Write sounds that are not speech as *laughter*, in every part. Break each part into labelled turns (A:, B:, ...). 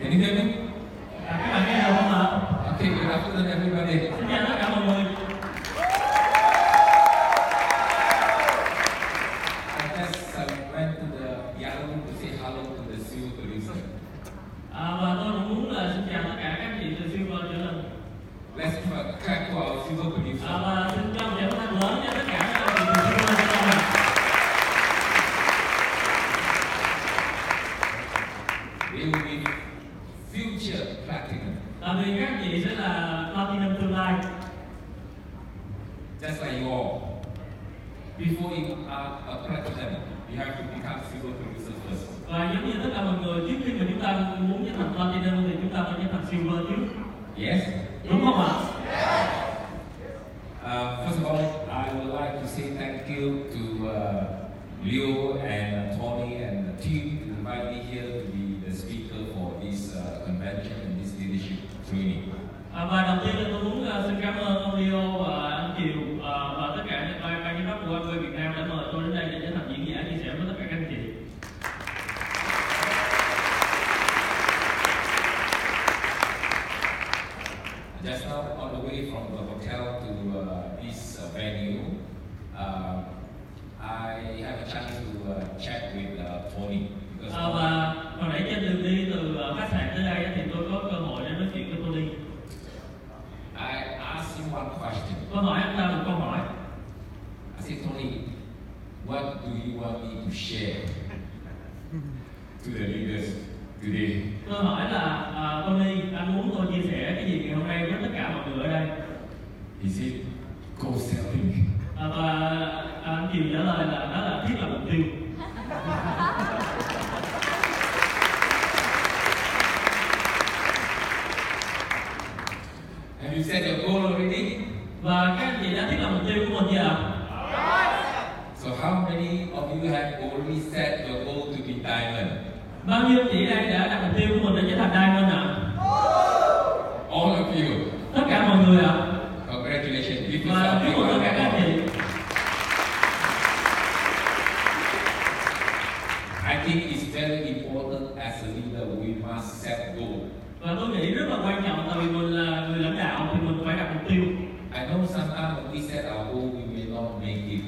A: Can you hear me?
B: À, các bạn nghe được không ạ?
A: Okay, good afternoon, everybody.
B: Xin chào tất cả mọi người.
A: I just uh, went to the gallery to say hello to the CEO tourism.
B: À, và tôi cũng muốn là xin chào tất cả các chị từ Silver trở lên.
A: Let's uh, clap to our CEO
B: À,
A: producer.
B: và xin cho một giải thưởng lớn cho tất cả các chị từ Silver trở lên.
A: They will be future platinum,
B: Tại vì các chị sẽ là platinum tương lai.
A: just like you all. Before you are a platinum, you have to become CEO producer first.
B: Và giống như tất cả mọi người, trước khi mà chúng ta muốn trở thành platinum thì chúng ta phải trở thành silver trước.
A: Yes?
B: Đúng không ạ?
A: Uh, first of all, I would like to say thank you to uh, Leo and Tony and the team to invite me here to be the speaker for this uh, convention and this leadership training.
B: À, và đầu tiên là tôi muốn ờ, xin cảm ơn ông Leo và anh Kiều ờ, và tất cả những ban ban giám đốc của Amway Việt Nam đã mời tôi đến đây để trở thành diễn giả chia sẻ với tất cả các anh chị.
A: Just now, on the way from the hotel to uh, this uh, venue, uh, I have a chance to uh, chat with uh, Tony because
B: À, và hồi nãy trên đường đi từ ờ, khách sạn tới đây á, thì tôi có cơ hội để nói chuyện với Tony.
A: I asked him one question.
B: Tôi hỏi anh ta một câu hỏi.
A: I said, Tony, what do you want me to share to the leaders today?
B: Tôi hỏi là à, Tony, anh muốn tôi chia sẻ cái gì ngày hôm nay với tất cả mọi người ở đây?
A: He said, go selling.
B: À, và anh Kiều trả lời là đó là thiết lập mục tiêu.
A: Have you set your goal already?
B: Và các anh chị đã thiết lập mục tiêu của mình chưa ạ?
A: So how many of you have already set your goal to be diamond?
B: Bao nhiêu chị đây đã đặt mục tiêu của mình để trở thành diamond ạ?
A: All of you.
B: Tất cả mọi người ạ.
A: Congratulations. Give
B: Và
A: yourself
B: chúc
A: big
B: mừng tất
A: round
B: cả các
A: of applause.
B: chị.
A: I think it's very important as a leader, we must set goal.
B: Và tôi nghĩ rất là quan trọng tại vì mình là người lãnh đạo thì mình phải đặt mục tiêu.
A: I know sometimes when we set our goal, we may not make it.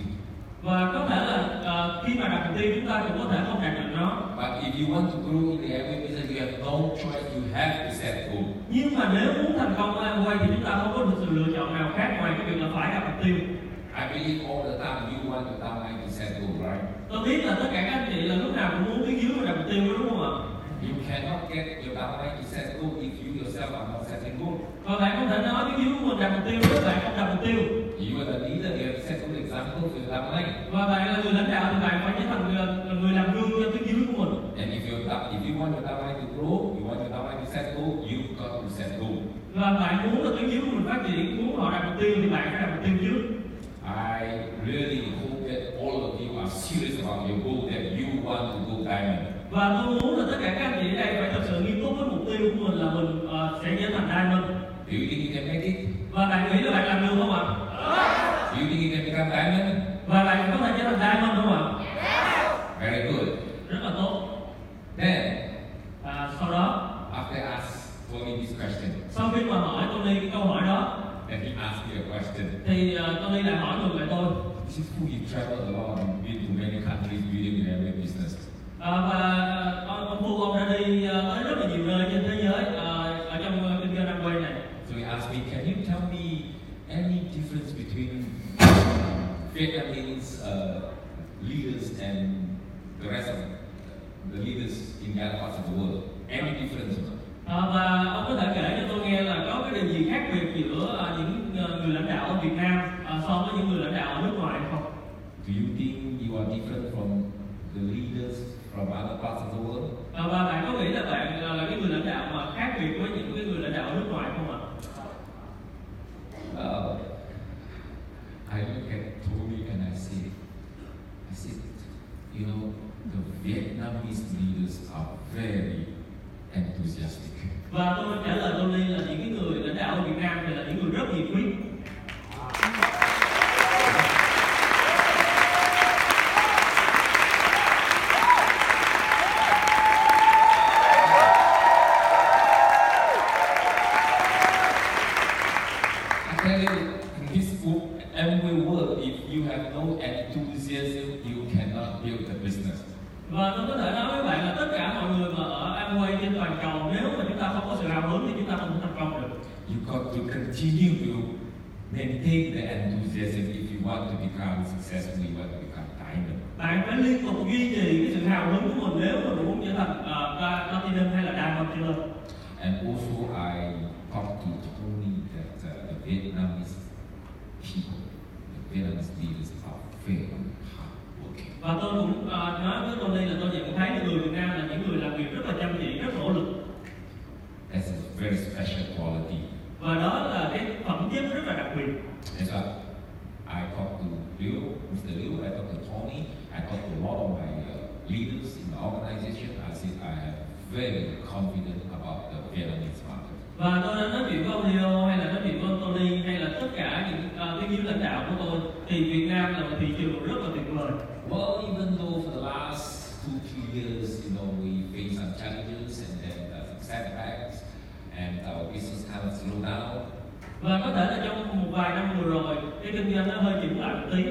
B: Và có thể là ờ, khi mà đặt mục tiêu chúng ta cũng có thể không đạt được nó.
A: But if you want to grow in the Amway business, you have no choice. You have to set goal.
B: Nhưng mà nếu muốn thành công ở Amway thì chúng ta không có được sự lựa chọn nào khác ngoài cái việc là phải đặt mục tiêu.
A: I believe all the time you want the timeline to set goal, right?
B: Tôi biết là tất cả các anh chị là lúc nào cũng muốn biết dưới và đặt mục tiêu đó, đúng không ạ?
A: You cannot get your timeline to set goal if you yourself are not setting goal.
B: Và bạn không thể nói cái dưới của mình đặt mục tiêu nếu bạn không đặt mục tiêu.
A: You are the leader. You have to set good example for your timeline.
B: Và bạn là người lãnh đạo thì bạn phải trở thành người, người làm gương cho cái dưới của mình.
A: And if you if you want your timeline to grow, you want your timeline to set goal. You've got to set goal.
B: Và bạn muốn là tuyến dưới của mình phát triển, muốn họ đặt mục tiêu thì bạn phải đặt mục tiêu trước.
A: I really hope that all of you are serious about your goal that you want to go diamond.
B: Và tôi muốn là tất cả các anh chị ở đây phải thật sự nghiêm túc với mục tiêu của mình là mình ờ, sẽ trở thành diamond.
A: Do you think you can make it?
B: Và bạn nghĩ là bạn làm được không ạ?
A: Do you think you can become diamond?
B: Và bạn có thể trở thành diamond không ạ?
A: Very good.
B: Rất là tốt.
A: Then
B: À, sau đó,
A: After ask Tony this question,
B: sau khi mà hỏi Tony cái câu hỏi đó,
A: then he asked me a question.
B: thì ờ, Tony lại hỏi ngược lại tôi.
A: This is who you traveled a lot and been to many countries building your own business.
B: À, và ông, ông Phu ông đã đi ờ, tới rất là nhiều nơi trên thế giới ờ, ở trong ờ, kinh doanh Amway này.
A: So he asked me, can you tell me any difference between Vietnamese uh, leaders and the rest of the leaders in the other parts of the world? Any difference?
B: À, và ông có thể kể cho tôi nghe là có cái điều gì khác biệt giữa à, những ờ, người lãnh đạo ở Việt Nam à, so với những người lãnh đạo ở nước ngoài không?
A: Do you think you are different from the leaders from other parts of the world?
B: À, và bạn có nghĩ là bạn ờ, là cái người lãnh đạo mà khác biệt với những cái người lãnh đạo ở nước ngoài không ạ?
A: Uh, I look at Tony and I say, I said, you know, the Vietnamese leaders are very enthusiastic.
B: Và tôi trả lời Tony là những cái người lãnh đạo ở Việt Nam thì là những người rất nhiệt huyết. trên toàn cầu nếu mà chúng ta không có sự hào hứng thì chúng ta không thể thành công được
A: You've got to continue to maintain the enthusiasm if you want to become successful, you want to become diamond.
B: bạn phải liên tục duy trì cái sự hào hứng của mình nếu mà mình muốn trở thành uh, platinum hay là diamond platinum
A: And also, I talked to Tony that uh, the Vietnamese people, the Vietnamese leaders are very hardworking.
B: và tôi cũng à, nói với Tony là tôi nhận thấy là người Việt Nam là những người làm việc rất là chăm chỉ rất nỗ lực
A: That's a very special quality.
B: và đó là cái phẩm chất rất là đặc biệt
A: And so I talked to Liu, Mr. Liu, I talked to Tony, I talked to a lot of my uh, leaders in the organization. I said I am very confident about the Vietnamese market.
B: và tôi đã nói chuyện với ông Leo hay là nói chuyện với ông Tony hay là tất cả những à, cái giới lãnh đạo của tôi thì Việt Nam là một thị trường rất là tuyệt vời
A: Well, even though for the last two, three years, you know, we faced some challenges and then uh, some setbacks, and our business kind of slowed down.
B: và có thể là trong một vài năm vừa rồi cái kinh doanh nó hơi chững lại một tí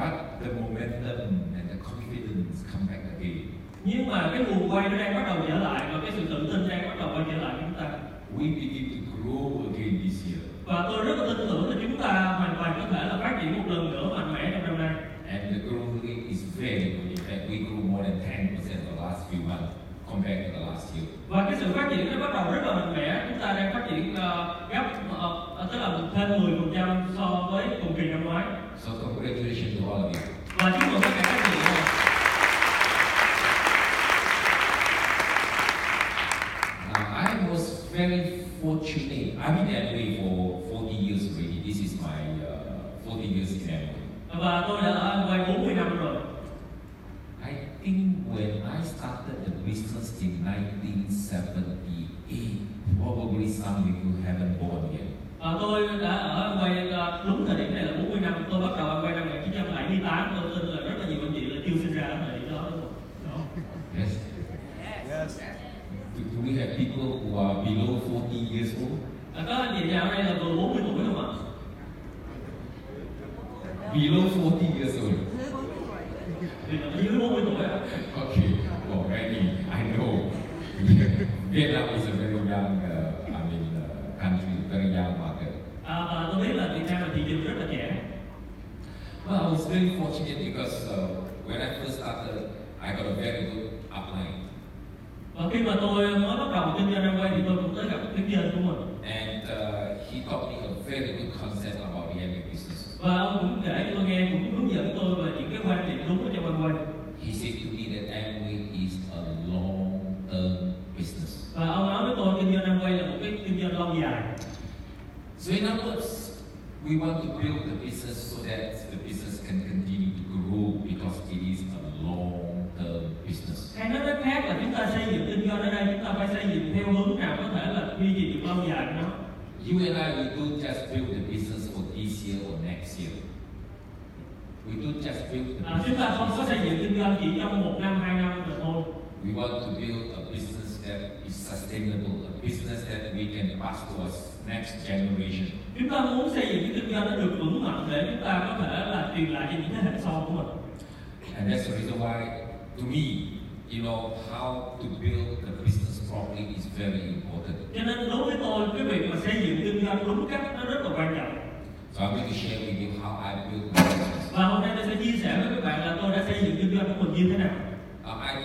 A: But the momentum and the confidence come back again.
B: nhưng mà cái nguồn quay nó đang bắt đầu trở lại và cái sự tự tin đang bắt đầu quay trở lại với chúng ta
A: We begin to grow again this year.
B: và tôi rất là tin tưởng là chúng ta hoàn toàn có thể là phát triển một lần nữa mạnh mẽ trong năm nay
A: And the growth rate is very good. In fact, we grew more than 10% the last few months compared to the last year.
B: và cái sự phát triển nó bắt đầu rất là mạnh mẽ chúng ta đang phát triển ờ, gấp ờ, tức là thêm 10 so với cùng kỳ năm ngoái
A: So congratulations to all of you.
B: và chúc mừng tất cả các vị
A: Now, Uh, I was very fortunate. I've been anyway for 40 years already. This is my uh, 40 years in Amway.
B: và tôi đã ở quay 40 năm rồi
A: I think when I started the business in 1978, probably some of you haven't born yet.
B: Ờ, tôi đã ở quay ờ, đúng thời điểm này là 40 năm tôi bắt đầu ở quay năm 1978 tôi tin là rất là nhiều anh chị là chưa sinh ra ở thời điểm đó đúng không? Đó.
A: Yes?
C: Yes.
A: Do, do we have people who are below 40 years old?
B: Ờ, có anh chị nào ở đây là vừa 40 tuổi không ạ
A: Below 40 years old.
B: thì là dưới 40 tuổi ạ
A: Okay, well, many, I know. *laughs* Vietnam is a very young, uh, I mean, uh, country, very young market.
B: À, và tôi biết là Việt Nam là thị trường rất là trẻ
A: Well, I was very fortunate because uh, when I first started, I got a very good upline.
B: Và khi mà tôi mới bắt đầu kinh doanh Amway thì tôi cũng tới gặp kinh doanh của mình
A: And uh, he taught me a very good concept about the MBA business.
B: Và ông cũng kể cho tôi nghe, cũng hướng dẫn tôi về những cái quan điểm đúng ở trong Amway
A: He said to me that Amway is a long-term business.
B: Và ông nói với tôi kinh doanh Amway là một cái kinh doanh lâu dài
A: So in other words, we want to build the business so that the business can continue to grow because it is a long-term business.
B: Hay nói cách khác là chúng ta xây dựng kinh doanh ở đây chúng ta phải xây dựng theo hướng nào có thể là duy trì được lâu dài của nó
A: You and I, we don't just build the business for this year or next year. We don't just build the
B: à, Chúng ta không có xây dựng kinh doanh chỉ trong một năm, hai năm rồi thôi
A: We want to build a business that is sustainable, a business that we can pass to our next generation.
B: Chúng ta muốn xây dựng cái kinh doanh nó được vững mạnh để chúng ta có thể là truyền lại cho những thế hệ sau của mình
A: And that's the reason why, to me, you know, how to build the business properly is very important.
B: Cho nên đối với tôi, cái việc mà xây dựng kinh doanh đúng cách nó rất là quan trọng
A: So I'm going to share with you how I built my business.
B: Và hôm nay tôi sẽ chia sẻ với các bạn là tôi đã xây dựng kinh doanh của mình như thế nào.
A: Uh, I,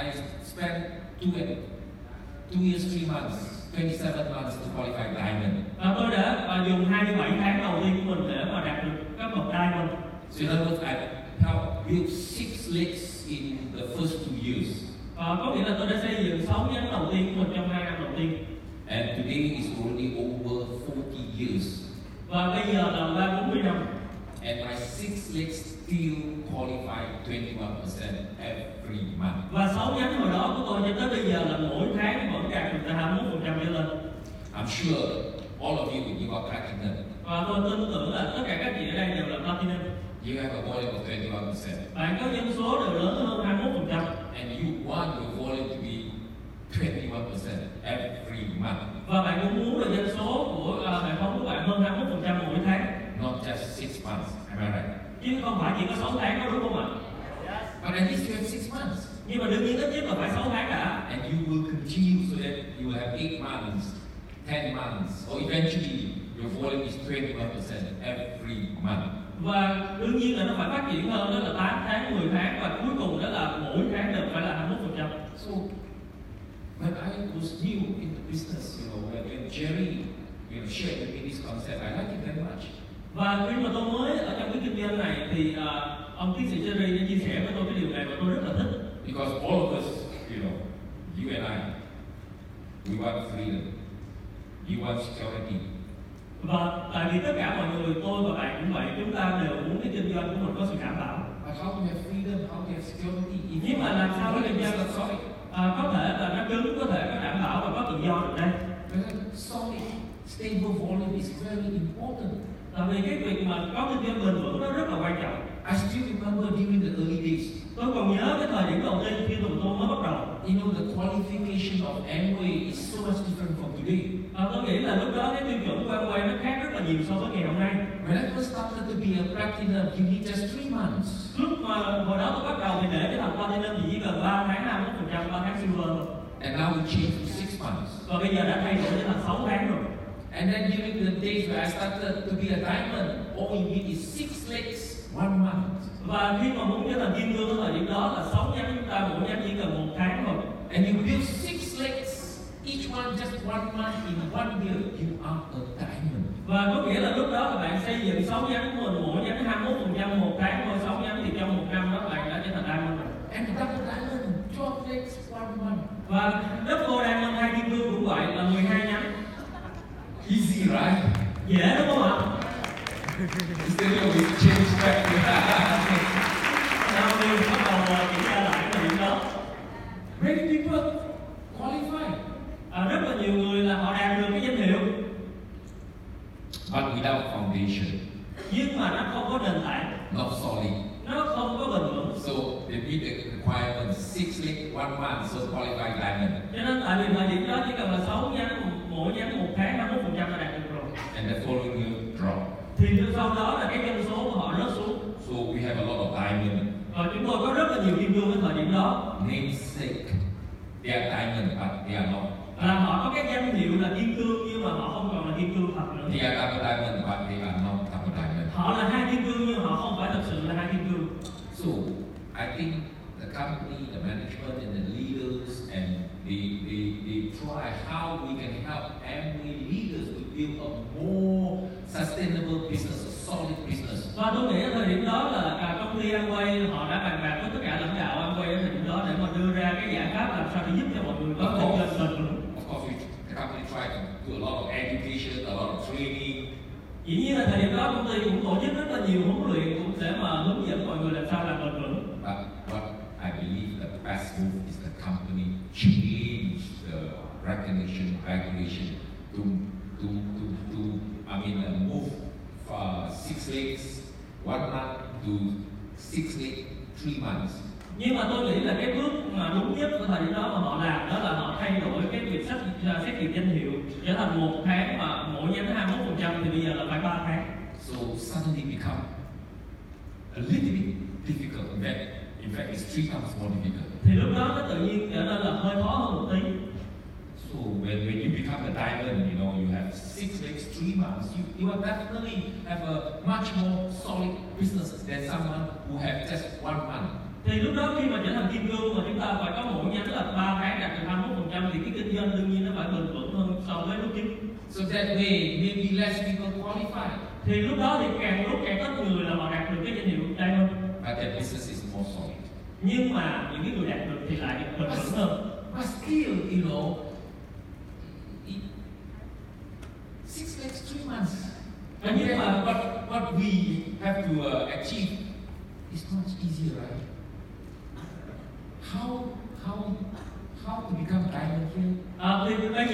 A: I spent two, and, two years, three months, 27 months to qualify diamond.
B: Và tôi đã à, dùng 27 tháng đầu tiên của mình để mà đạt được các bậc diamond.
A: So in other words, I helped build six legs in the first two years.
B: Và À, có nghĩa là tôi đã xây dựng 6 nhánh đầu tiên của mình trong 2 năm đầu tiên.
A: And today is already over 40 years.
B: Và bây giờ là qua 40 năm.
A: And my six legs still qualify 21% every month.
B: Và 6 nhánh hồi đó của tôi cho tới bây giờ là mỗi tháng vẫn đạt được từ 21% trở lên.
A: I'm sure all of you, you are platinum.
B: Và tôi tin tưởng là tất cả các chị ở đây đều là platinum.
A: You have a volume of 21%.
B: Bạn có dân số đều lớn hơn 21%.
A: And you want your volume to be 21% every month.
B: Và bạn cũng muốn là dân số của à, hệ thống của bạn hơn 21% mỗi tháng.
A: Not just six months. Am I right?
B: chứ không phải chỉ có 6 tháng đó đúng không ạ
A: But at least you have six months.
B: nhưng mà đương nhiên ít nhất là phải 6 tháng đã
A: And you will have eight months, 10 months, or eventually your volume is 21% every month.
B: và đương nhiên là nó phải phát triển hơn đó là 8 tháng 10 tháng và cuối cùng đó là mỗi tháng đều phải là 21 phần trăm
A: So when I was new in the business, you know, when, when Jerry you know, shared with me this concept, I liked it very much.
B: và khi mà tôi mới ở trong cái kinh doanh này thì à, ông tiến sĩ Jerry đã chia sẻ với tôi cái điều này và tôi rất là thích
A: Because all of us, you know, you and I, we want freedom. You want security.
B: và tại vì tất cả mọi người tôi và bạn cũng vậy chúng ta đều muốn cái kinh doanh của mình có sự đảm bảo
A: But how to have freedom, how to have security if
B: nhưng mà làm sao để kinh doanh
A: not solid?
B: à, có thể là nó cứng có thể có đảm bảo và có tự do được đây
A: Because solid, stable volume is very important.
B: tại vì cái việc mà có kinh doanh bền vững nó rất là quan trọng
A: I still remember during the early days,
B: tôi còn nhớ cái thời điểm đầu tiên khi tụi tôi mới bắt đầu
A: you know, the qualification of Amway is so much different from today.
B: Và À, tôi nghĩ là lúc đó cái tiêu chuẩn của Amway nó khác rất là nhiều so với ngày hôm nay.
A: When I first started to be a platinum, you need just three months.
B: Lúc mà hồi đó tôi bắt đầu thì để cái thằng Platinum chỉ cần 3 tháng 5 phần trăm, 3 tháng Silver thôi.
A: And now it changed to six months.
B: Và bây giờ đã thay đổi đến thành 6 tháng rồi.
A: And then during the days where I started to be a diamond, all you need is six legs, one month.
B: Và khi mà muốn trở thành kim cương ở thời điểm đó là 6 nhánh chúng ta mỗi nhánh chỉ cần 1 tháng thôi.
A: And you build six legs, each one just one month in one year, you are a diamond.
B: Và có nghĩa là lúc đó là bạn xây dựng 6 nhánh của mình, mỗi nhánh 21 phần trăm, 1 tháng thôi, 6 nhánh thì trong 1 năm đó bạn đã trở thành Diamond rồi.
A: And double diamond, 12 legs, one month.
B: Và Double Diamond hay kim cương cũng vậy là 12 nhánh.
A: Easy, right?
B: Dễ đúng không ạ?
A: Instead of we change back.
B: Sau khi bắt đầu ờ, kiểm tra lại cái điểm đó
A: Many people qualify,
B: à, rất là nhiều người là họ đạt được cái danh hiệu
A: but without foundation,
B: nhưng mà nó không có nền tảng
A: not solid.
B: nó không có bền vững
A: So they meet the requirements, six legs, one month, so qualified diamond.
B: cho nên tại vì thời điểm đó chỉ cần là 6 nhánh mỗi nhánh một tháng 51 phần trăm là đạt được rồi
A: And the following year drop.
B: thì sau đó là cái dân số của họ rớt xuống
A: So we have a lot of diamond
B: và chúng tôi có rất là nhiều kim cương ở thời điểm đó
A: namesake. They are diamond, but they are not. uh,
B: là họ có cái danh hiệu là kim cương nhưng mà họ không còn là kim cương thật nữa
A: They are double diamond, but they are not double diamond.
B: họ là hai kim cương nhưng họ không phải thật sự là hai kim cương
A: So I think the company, the management, and the leaders, and they, they, they try how we can help Amway leaders to build a more sustainable business, a solid business.
B: Và tôi nghĩ ở thời điểm đó là à, công ty Amway họ đã bàn bạc với tất cả lãnh đạo Amway ở thời điểm đó để mà đưa ra cái giải pháp làm sao để giúp cho mọi người có kinh doanh bền vững.
A: Of course, we, the company tried to do a lot of education, a lot of training,
B: Dĩ nhiên là thời điểm đó công ty cũng tổ chức rất là nhiều huấn luyện cũng để mà hướng dẫn mọi người làm sao làm bền vững.
A: but what I believe the best move is the company change the recognition, valuation to, to, to, to I mean, uh, move uh, six legs, one month to six legs, three months.
B: Nhưng mà tôi nghĩ là cái bước mà đúng nhất của thời điểm đó mà họ làm đó là họ thay đổi cái việc xét à, xét duyệt danh hiệu trở thành một tháng mà mỗi nhánh 21% thì bây giờ là phải 3 tháng.
A: So suddenly become a little bit difficult. In fact, in fact, it's three times more difficult.
B: Thì lúc đó nó tự nhiên trở nên là hơi khó hơn một tí.
A: So when, when you become a diamond, you know, you have six weeks, three months, you, you will definitely have a much more solid business than someone who have just one month.
B: thì lúc đó khi mà trở thành kim cương mà chúng ta phải có mỗi nhánh là 3 tháng đạt được 21% thì cái kinh doanh đương nhiên nó phải bền vững hơn so với lúc trước
A: So that way, maybe less people qualify,
B: thì lúc đó thì càng lúc càng ít người là họ đạt được cái danh hiệu diamond
A: but their business is more solid.
B: nhưng mà những cái người đạt được thì lại bền vững hơn
A: But still, you know, it, six weeks, three months. And yet, what, what we have to uh, achieve is much easier, right? How, how, how to become diamond here?
B: à, thì bây giờ bây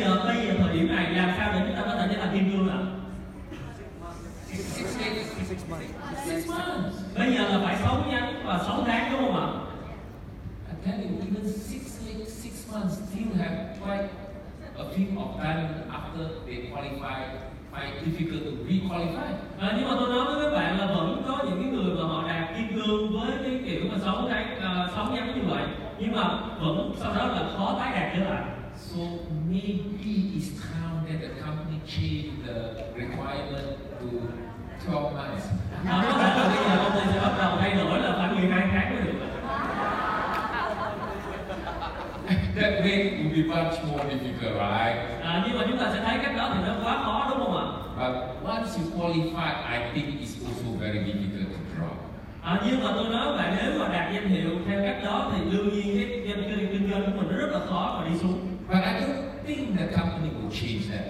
B: giờ thời điểm này làm sao để chúng ta có thể trở thành kim cương ạ
A: Six days,
C: Six months.
A: six months.
B: bây giờ là phải 6 nhánh và 6 tháng đúng không ạ
A: I tell you, even six weeks, six months still have quite a bit of time after they qualify, quite difficult to re-qualify.
B: À, nhưng mà tôi nói với các bạn là vẫn có những cái người mà họ đạt kim cương với cái kiểu mà 6 tháng à, 6 nhánh như vậy nhưng mà vẫn sau đó là khó tái đạt trở lại
A: So maybe it's time that the company change the requirement to 12 months. *laughs*
B: Đó, À, có thể là bây giờ công ty sẽ bắt đầu thay đổi là phải 12 tháng mới được
A: That way it will be much more difficult, right?
B: à, nhưng mà chúng ta sẽ thấy cách đó thì nó quá khó đúng không ạ
A: But once you qualify, I think it's also very difficult to drop.
B: à, nhưng mà tôi nói là nếu mà đạt danh hiệu theo cách đó thì đương nhiên cái doanh cái kinh doanh của mình nó rất là khó mà đi xuống
A: But I don't think the company will change that.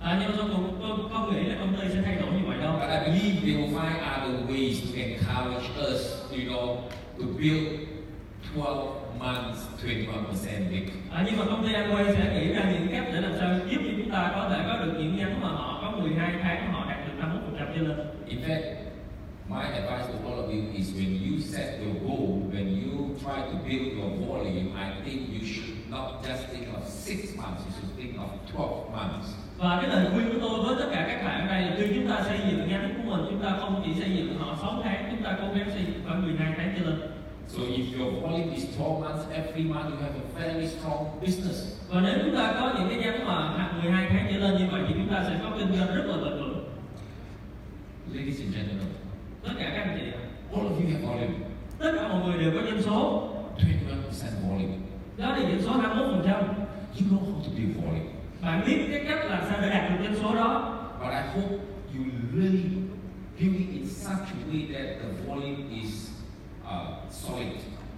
B: à, nhưng mà tôi cũng tôi không nghĩ là công ty sẽ thay đổi như vậy đâu
A: But I believe they will find other ways to encourage us, you know, to build 12 months, 21% big.
B: à, nhưng mà công ty Amway sẽ nghĩ ra những cách để làm sao giúp cho chúng ta có thể có được những nhánh mà họ có 12 tháng mà họ đạt được 50% trở lên
A: In fact, my advice to all of you is when you set your goal, when you try to build your volume, I think you should not just think of six months, you should think of 12 months.
B: và cái lời khuyên của tôi với tất cả các bạn ở đây là khi chúng ta xây dựng nhánh của mình chúng ta không chỉ xây dựng họ 6 tháng chúng ta cố gắng xây dựng khoảng 12 tháng trở lên
A: So if your volume is 12 months, every month you have a very strong business.
B: và nếu chúng ta có những cái nhánh mà hạt 12 tháng trở lên như vậy thì chúng ta sẽ có kinh doanh rất là bền vững
A: Ladies and gentlemen,
B: tất cả các anh chị ạ.
A: all of you have volume,
B: tất cả mọi người đều có doanh số
A: 21% volume.
B: đó là doanh số 21%
A: You know how to build volume.
B: bạn biết cái cách làm sao để đạt được doanh số đó
A: But I hope you really build it in such a way that the volume is uh, solid.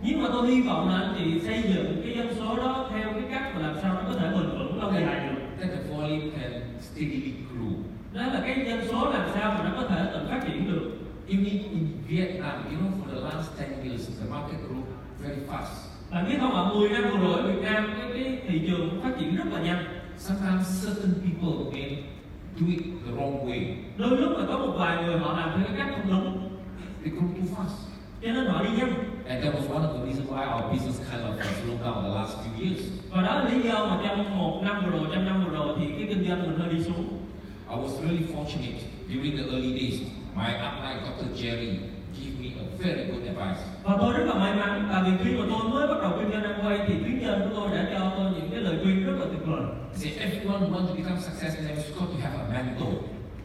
B: nhưng mà tôi hy vọng là anh chị xây dựng cái doanh số đó theo cái cách mà làm sao nó có thể bền vững lâu dài được
A: That the volume can steadily grow.
B: đó là cái doanh số làm sao mà nó có thể tự phát triển được
A: Even in Vietnam, you know, for the last 10 years, the market grew very fast.
B: bạn biết không ạ 10 năm vừa rồi ở Việt Nam cái, cái thị trường phát triển rất là nhanh
A: Sometimes certain people may do it the wrong way.
B: đôi lúc là có một vài người họ làm theo cái cách không đúng
A: They grow too fast.
B: cho nên họ đi nhanh
A: And that was one of the reasons why our business kind of slowed down the last few years.
B: và đó là lý do mà trong một năm vừa rồi trong năm vừa rồi thì cái kinh doanh mình hơi đi xuống
A: I was really fortunate during the early days. My upline, Dr. Jerry, gave me a very good advice.
B: Và tôi rất là may mắn tại vì khi mà tôi mới bắt đầu kinh doanh Amway thì tuyến nhân của tôi đã cho tôi những cái lời khuyên rất là tuyệt vời.
A: He said, everyone who wants to become successful, they've got to have a mentor.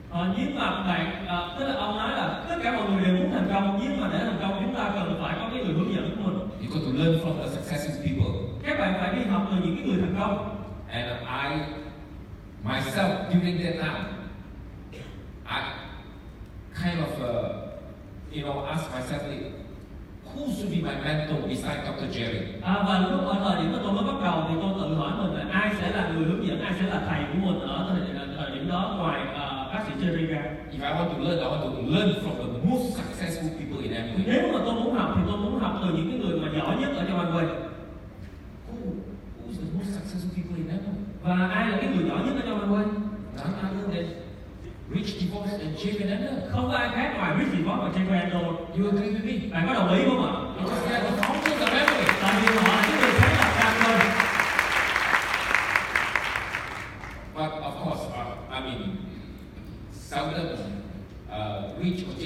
B: Ờ, nhưng mà bạn, à, tức là ông nói là tất cả mọi người đều muốn thành công nhưng mà để thành công chúng ta cần phải có cái người hướng dẫn của mình.
A: You've got to learn from the successful people.
B: Các bạn phải đi học từ những cái người thành công.
A: And I, myself, during that time, I kind of, uh, you know, asked myself, like, who should be my mentor besides Dr. Jerry?
B: À, và lúc ở thời điểm mà tôi mới bắt đầu thì tôi tự hỏi mình là ai sẽ là người hướng dẫn, ai sẽ là thầy của mình ở thời, ờ, thời điểm đó ngoài à, bác sĩ Jerry ra.
A: If I want to learn, I want to learn from the most successful people in Amway.
B: Nếu mà tôi muốn học thì tôi muốn học từ những cái người mà giỏi nhất ở trong Amway.
A: Who, who's the most successful people in Amway?
B: Và ai là cái người giỏi nhất ở trong Amway?
A: None other than Rich Divorce and Jay Fernando.
B: không có ai khác ngoài Richie Voss và Jay Randall
A: You agree with me?
B: bạn có đồng ý không ạ
A: Because they are the founders of Amway.
B: tại vì họ là cái người sáng lập ra thôi
A: But of course, uh, I mean, seldom uh, reach OT,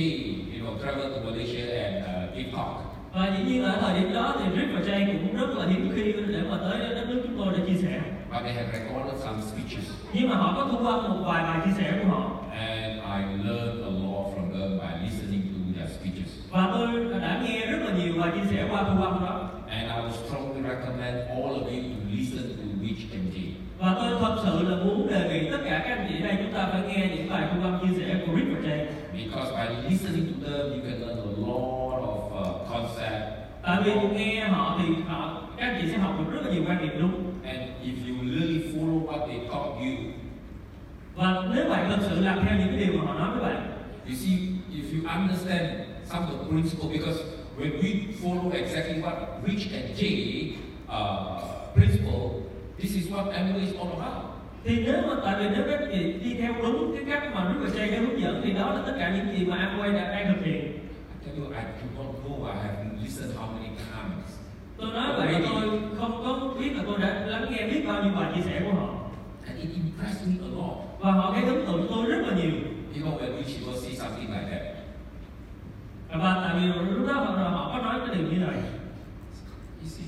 A: you know, travel to Malaysia and uh, give talk.
B: và dĩ nhiên là ở thời điểm đó thì Rich và Jay cũng rất là hiếm khi để mà tới đất nước chúng tôi để chia sẻ
A: But they have recorded some speeches.
B: nhưng mà họ có thu âm một vài bài chia sẻ của họ
A: And I learned a lot from them by listening to their speeches.
B: và tôi đã nghe rất là nhiều bài chia sẻ qua thu âm đó
A: And I would strongly recommend all of you to listen to Rich MJ.
B: và tôi thật sự là muốn đề nghị tất cả các anh chị ở đây chúng ta phải nghe những bài thu âm chia sẻ của Rich và Jay
A: Because by listening to them, you can learn a lot of uh, concept.
B: tại vì nghe họ thì họ các anh chị sẽ học được rất là nhiều quan điểm đúng
A: And if you really follow what they taught you,
B: và nếu bạn thực sự làm theo những cái điều mà họ nói với bạn
A: You see, if you understand some of the principle, because when we follow exactly what Rich and Jay uh, principle, this is what Amway is all about.
B: thì nếu mà tại vì nếu các anh chị đi theo đúng cái cách mà Đức Bà Chay đã hướng dẫn thì đó là tất cả những gì mà Amway đã đang thực hiện
A: I tell you, I do not know. I have listened how many times.
B: tôi nói vậy là tôi không có biết là tôi đã lắng nghe biết bao nhiêu bài chia sẻ của họ
A: And it impressed me a lot.
B: và họ gây ấn tượng tôi rất là nhiều
A: You know, when Rich will say something like that,
B: và tại vì lúc đó họ, họ có nói cái điều như này
A: he said,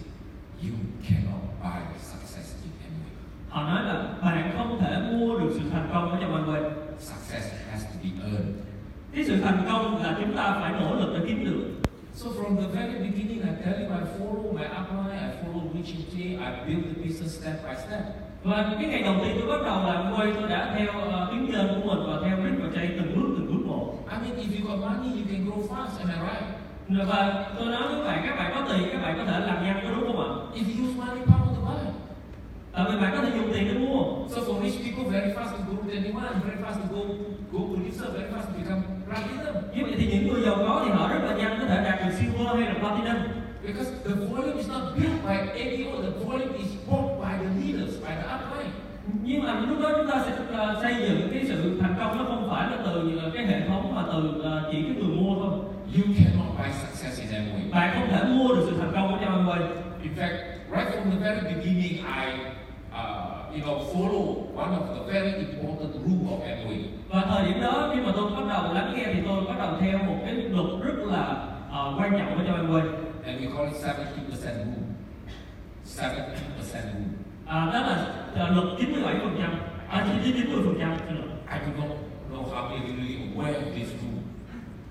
A: You cannot buy success in Amway.
B: họ nói là bạn không thể mua được sự thành công ở trong Amway
A: Success has to be earned.
B: cái sự thành công là chúng ta phải nỗ lực để kiếm được
A: So from the very beginning, I tell you, I follow my upline, I follow Richie J, I build the business step by step.
B: và cái ngày đầu tiên tôi bắt đầu làm quay tôi đã theo ờ, tuyến trên của mình và theo Rick và chạy từng bước từng bước một
A: I mean, if you got money, you can grow fast, am I right?
B: và tôi nói với bạn các bạn có tiền các bạn có thể làm nhanh có đúng không ạ
A: If you use money, power to buy.
B: tại vì bạn có thể dùng tiền để mua
A: So for rich people, very fast to go to 21, very fast to go, go producer, very fast to become platinum.
B: như vậy thì những người giàu có thì họ rất là nhanh có thể đạt được silver hay là platinum
A: Because the volume is not built by ABO, the volume is bought by the leaders, by the upline.
B: nhưng mà lúc đó chúng ta sẽ ờ, xây dựng cái sự thành công nó không phải là từ ờ, cái hệ thống mà từ ờ, chỉ cái người mua thôi
A: You cannot buy success in Amway.
B: bạn không thể mua được sự thành công ở trong Amway
A: In fact, right from the very beginning, I, uh, you know, follow one of the very important rule of E, Amway.
B: và thời điểm đó khi mà tôi bắt đầu lắng nghe thì tôi bắt đầu theo một cái luật rất là ờ, quan trọng ở trong Amway
A: And we call it 70% rule. 70% rule.
B: à, đó là ờ, luật 97 phần trăm à, chỉ- chỉ 90 phần trăm
A: I do not know how many really aware of this rule.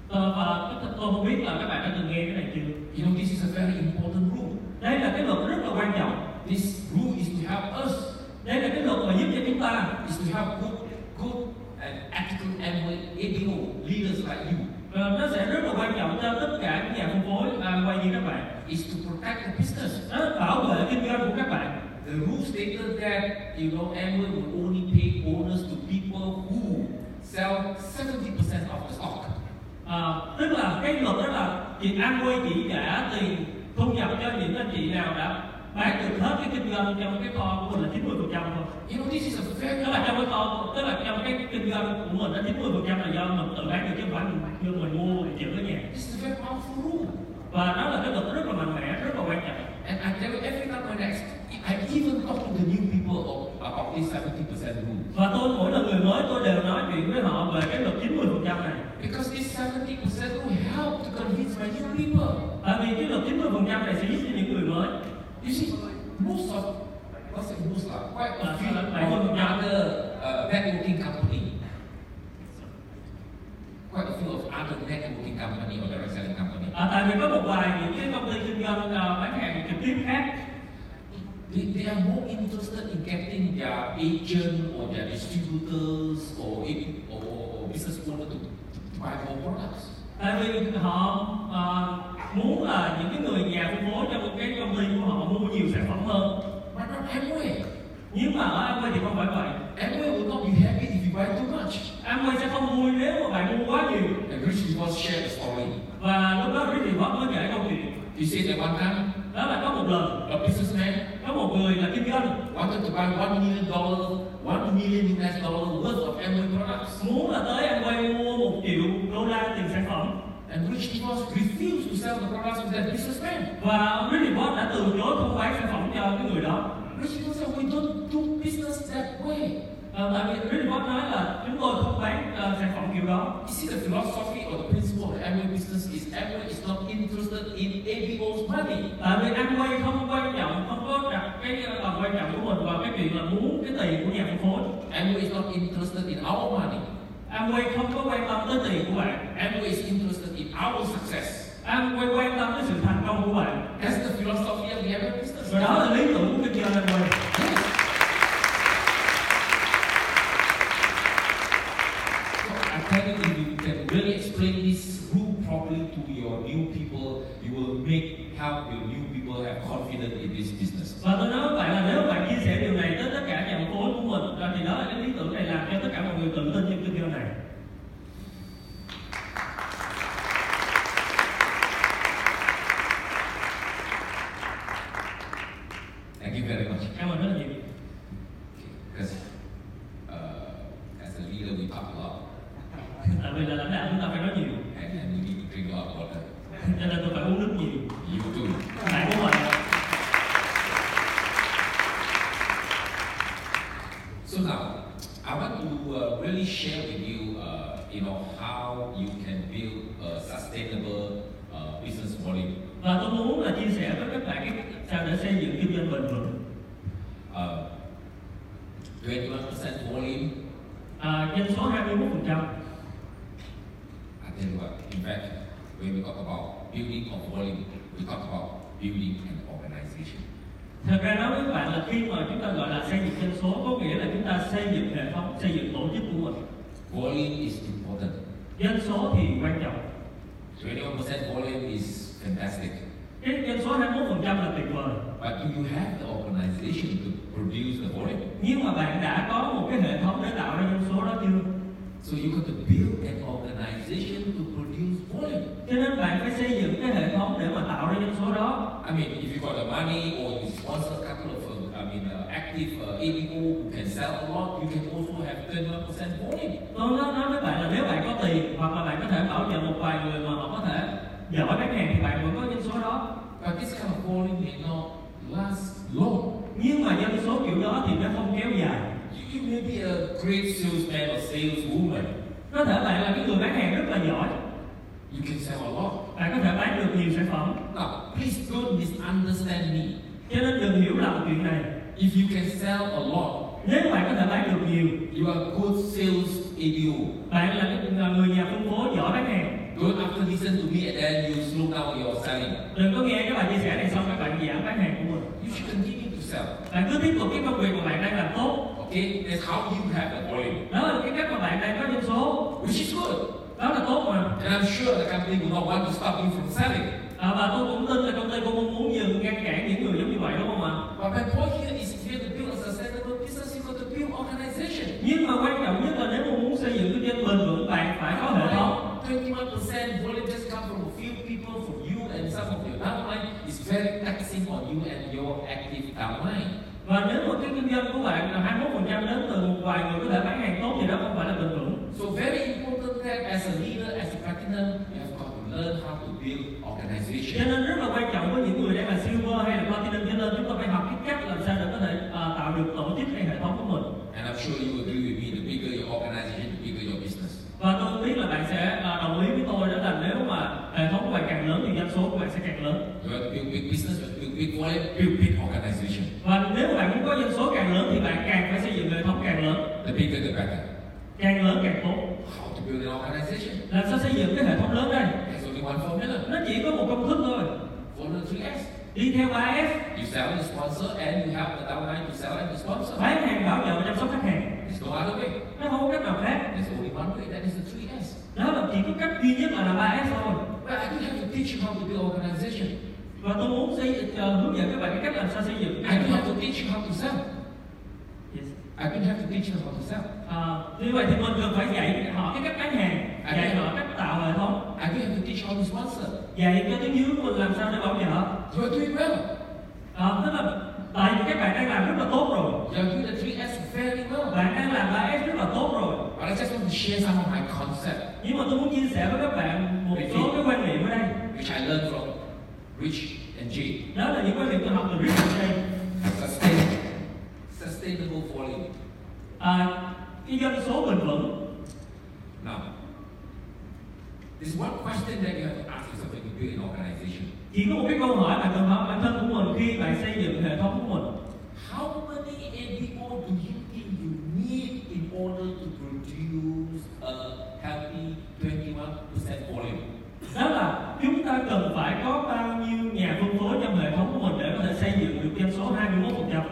B: Ờ, và tôi- tôi không biết là các bạn đã từng nghe cái này chưa
A: You know, this is a very important rule.
B: đây là cái luật rất là quan trọng
A: This rule is to help us,
B: đây là cái luật mà giúp cho chúng ta
A: is to help good, good and ethical E, Amway ABO leaders like you.
B: Ờ, nó sẽ rất là quan trọng cho tất cả những nhà phân phối à, quay như các bạn
A: is to protect the business.
B: nó bảo vệ kinh doanh của các bạn
A: The rule stated that you know Amway will only pay bonus to people who sell 70% of the stock.
B: Ờ, tức là cái luật đó là chị Amway chỉ trả tiền thu nhập cho những anh chị nào đã bán được hết cái kinh doanh trong cái kho của mình là 90 phần trăm thôi
A: You know this is a very
B: tức là trong cái kho tức là trong cái kinh doanh của mình là 90 phần trăm là do mình tự bán được chứ không phải mình do mình mua mình giữ ở nhà
A: this is a very powerful rule.
B: và nó là cái luật rất là mạnh mẽ rất là quan trọng
A: And I tell you every time when I, ex- I even talk to the new people of, about this 70% rule.
B: và tôi mỗi lần người mới tôi đều nói chuyện với họ về cái luật 90 phần trăm này
A: Because this 70% rule help to convince my new people.
B: Tại vì cái luật 90% này sẽ giúp cho những người mới
A: You see, most of what's it most like quite a few
B: Uh, I
A: of
B: don't know.
A: other uh, networking company. Quite a few of other networking company or direct selling company.
B: à, Tại vì có một vài những cái công ty kinh doanh à, bán hàng trực tiếp khác
A: They, they are more interested in getting their agent or their distributors or even- or, or, or business owner to, to buy more products.
B: Tại vì họ à, muốn là những cái người nhà phân phối trong cái công ty của họ mua nhiều sản phẩm hơn
A: But not Amway.
B: Nhưng mà ở Amway thì không phải vậy
A: Amway will not be happy if you buy too much.
B: Amway sẽ không vui nếu mà bạn mua quá nhiều
A: And Rich was share the story.
B: Và lúc đó Ricky Bob mới kể câu chuyện
A: He said that one time
B: Đó là có một lần
A: a businessman
B: có một người là kinh doanh
A: wanted to buy one million dollar, one million US dollar worth of Amway products,
B: muốn là tới Amway mua một triệu đô la tiền sản phẩm
A: and Rich DeVos refused to sell the products to that businessman.
B: và Ricky Bob đã từ chối không bán sản phẩm cho cái người đó
A: Rich DeVos said, "We don't do business that way."
B: Ờ, tại vì Rick Bob nói là chúng tôi không bán ờ, sản phẩm kiểu đó
A: You see, the philosophy or the principle of the Amway business is Amway is not interested in ABO's money.
B: tại vì Amway không quan trọng không có đặt cái ờ, tầm quan trọng của mình vào cái chuyện là muốn cái tiền của nhà phân phối
A: Amway is not interested in our money.
B: Amway không có quan tâm tới tiền của bạn
A: Amway is interested in our success.
B: Amway quan tâm tới sự thành công của bạn
A: That's the philosophy of the Amway business.
B: và đó là lý tưởng của kinh doanh Amway
A: Yes. So I tell you, if you can really explain this rule properly to your new people, you will make help your new people have confidence in this business.
B: và tôi nói với bạn là nếu bạn chia sẻ điều này tới tất cả nhà phân phối của mình ờ, thì đó là cái lý tưởng này làm cho tất cả mọi người tự tin trong kinh doanh này
A: Thank you very much.
B: cảm ơn rất là nhiều
A: Because uh, as a leader, we talk a lot,
B: tại vì là lãnh đạo chúng ta phải nói nhiều
A: and, and we need to drink a lot of water.
B: cho nên tôi phải uống nước nhiều
A: You too.
B: bạn của mình
A: So now, I want to uh, really share with you, uh, you know, how you can build a sustainable uh, business volume.
B: Và tôi muốn là chia sẻ với các bạn cái cách làm sao để xây dựng kinh doanh bền vững.
A: Uh, 21% volume.
B: à, dân số 21%
A: I tell you what, in fact, when we talk about building of volume, we talk about building an organization.
B: Thật ra nói với các bạn là khi mà chúng ta gọi là xây dựng dân số có nghĩa là chúng ta xây dựng hệ thống, xây dựng tổ chức của mình.
A: Volume is important.
B: Dân số thì quan trọng.
A: 21% volume is fantastic.
B: Cái dân số 21% là tuyệt vời.
A: But do you have the organization to produce the volume?
B: Nhưng mà bạn đã có một cái hệ thống để tạo ra dân số đó chưa?
A: So you have to build an organization to produce volume.
B: Cho nên bạn phải xây dựng cái hệ thống để mà tạo ra dân số đó.
A: I mean, if you got the money or you sponsor a couple of, uh, I mean, uh, active uh, ADO who can sell a lot, you can also have 21% volume.
B: Tôi nói, nói với bạn là nếu bạn có tiền hoặc là bạn có thể bảo trợ một vài người mà họ có thể giỏi bán hàng thì bạn vẫn có dân số đó.
A: But this kind of volume may not last long.
B: Nhưng mà dân số kiểu đó thì nó không kéo dài.
A: You, you may be a great salesman or saleswoman.
B: Có thể bạn là cái người bán hàng rất là giỏi,
A: You can sell a lot.
B: bạn có thể bán được nhiều sản phẩm,
A: Now, please don't misunderstand me.
B: cho nên đừng hiểu lầm chuyện này.
A: If you can sell a lot,
B: Nếu bạn có thể bán được nhiều,
A: you are good sales ADO.
B: bạn là cái- là người nhà phân phối giỏi bán hàng.
A: Don't after listen to me and then you slow down your selling.
B: Đừng có nghe các bạn chia sẻ này xong các bạn giảm bán hàng của mình.
A: You should continue to sell.
B: Bạn cứ tiếp tục cái công việc mà bạn đang làm tốt.
A: Okay? That's how you have the volume.
B: Đó là cái cách mà bạn đang có dân số.
A: Which is good.
B: Đó là tốt mà.
A: And I'm sure the company will not want to stop you from selling.
B: À, và tôi cũng tin là công ty cũng không muốn dừng ngăn cản những người giống như vậy đúng không ạ?
A: But my point here is if you have to build a sustainable business, you've got to build organization.
B: Nhưng mà quan trọng nhất là nếu mà muốn xây dựng kinh doanh bền vững bạn phải có hệ thống.
A: Twenty-one percent volume just come from a few people, from you and some of your downline. It's very taxing on you and your active downline.
B: Và nếu mà cái kinh doanh của bạn là 21% đến từ một vài người có thể bán hàng tốt thì đó không phải là bền vững.
A: So very important that as a leader, as a platinum, you have got to learn how to build
B: Cho
A: organization.
B: nên rất là quan trọng với những người đang là silver hay là platinum cho nên chúng ta phải học cái cách làm sao để có thể à, tạo được tổ chức hay hệ thống của mình.
A: And I'm sure you agree with me. The bigger your organization, the bigger your business.
B: Và tôi biết là bạn sẽ à, đồng ý với tôi đó là nếu mà hệ thống của bạn càng lớn thì doanh số của bạn sẽ càng lớn.
A: You have to build big business, you have to build big volume, build big organization.
B: Và nếu bạn muốn có doanh số càng lớn thì bạn càng phải xây dựng hệ thống càng lớn.
A: The bigger the better.
B: càng lớn càng tốt
A: How to build an organization?
B: làm sao xây dựng cái hệ thống lớn đây
A: There's only one formula.
B: nó chỉ có một công thức thôi
A: Formula 3S.
B: đi theo 3S
A: You sell, you sponsor, and you help the downline to sell and to sponsor.
B: bán hàng bảo trợ và chăm sóc khách hàng
A: There's no other way.
B: nó không có cách nào khác
A: There's only one way, that is the three S.
B: đó là chỉ có cách duy nhất là làm 3S thôi
A: But I do have to teach you how to build organization.
B: và tôi muốn xây dựng ờ, hướng dẫn các bạn cái cách làm sao xây dựng
A: I
B: cái
A: do
B: hệ
A: have
B: thống
A: to teach you how to sell.
B: Yes.
A: I do have to teach you how to sell.
B: Ờ, như vậy thì mình cần phải dạy họ cái cách bán hàng
A: À,
B: dạy
A: cái-
B: họ cách tạo hệ thống
A: I do have to teach you how to sponsor.
B: dạy cho tiếng dưới của mình làm sao để bảo trợ
A: You are doing well.
B: Ờ, tức là tại vì các bạn đang làm rất là tốt rồi
A: You are doing the three S very well.
B: bạn đang làm 3S rất là tốt rồi
A: But I just want to share some of my concepts,
B: Nhưng mà tôi muốn chia sẻ với các bạn một số cái quan niệm ở đây
A: which I learned from Rich and Jay.
B: Đó là những quan niệm tôi học từ Richard Jay
A: Sustain, sustainable volume.
B: à, Cái dân số bền vững
A: Now, there's one question that you have to ask yourself when you build an organization.
B: Chỉ có một cái câu hỏi bạn cần hỏi bản thân của mình khi bạn xây dựng hệ thống của mình
A: How many ABO do you think you need in order to produce a healthy 21% volume?
B: Đó là chúng ta cần phải có bao nhiêu nhà phân phối trong hệ thống của mình để có thể xây dựng được dân số 21%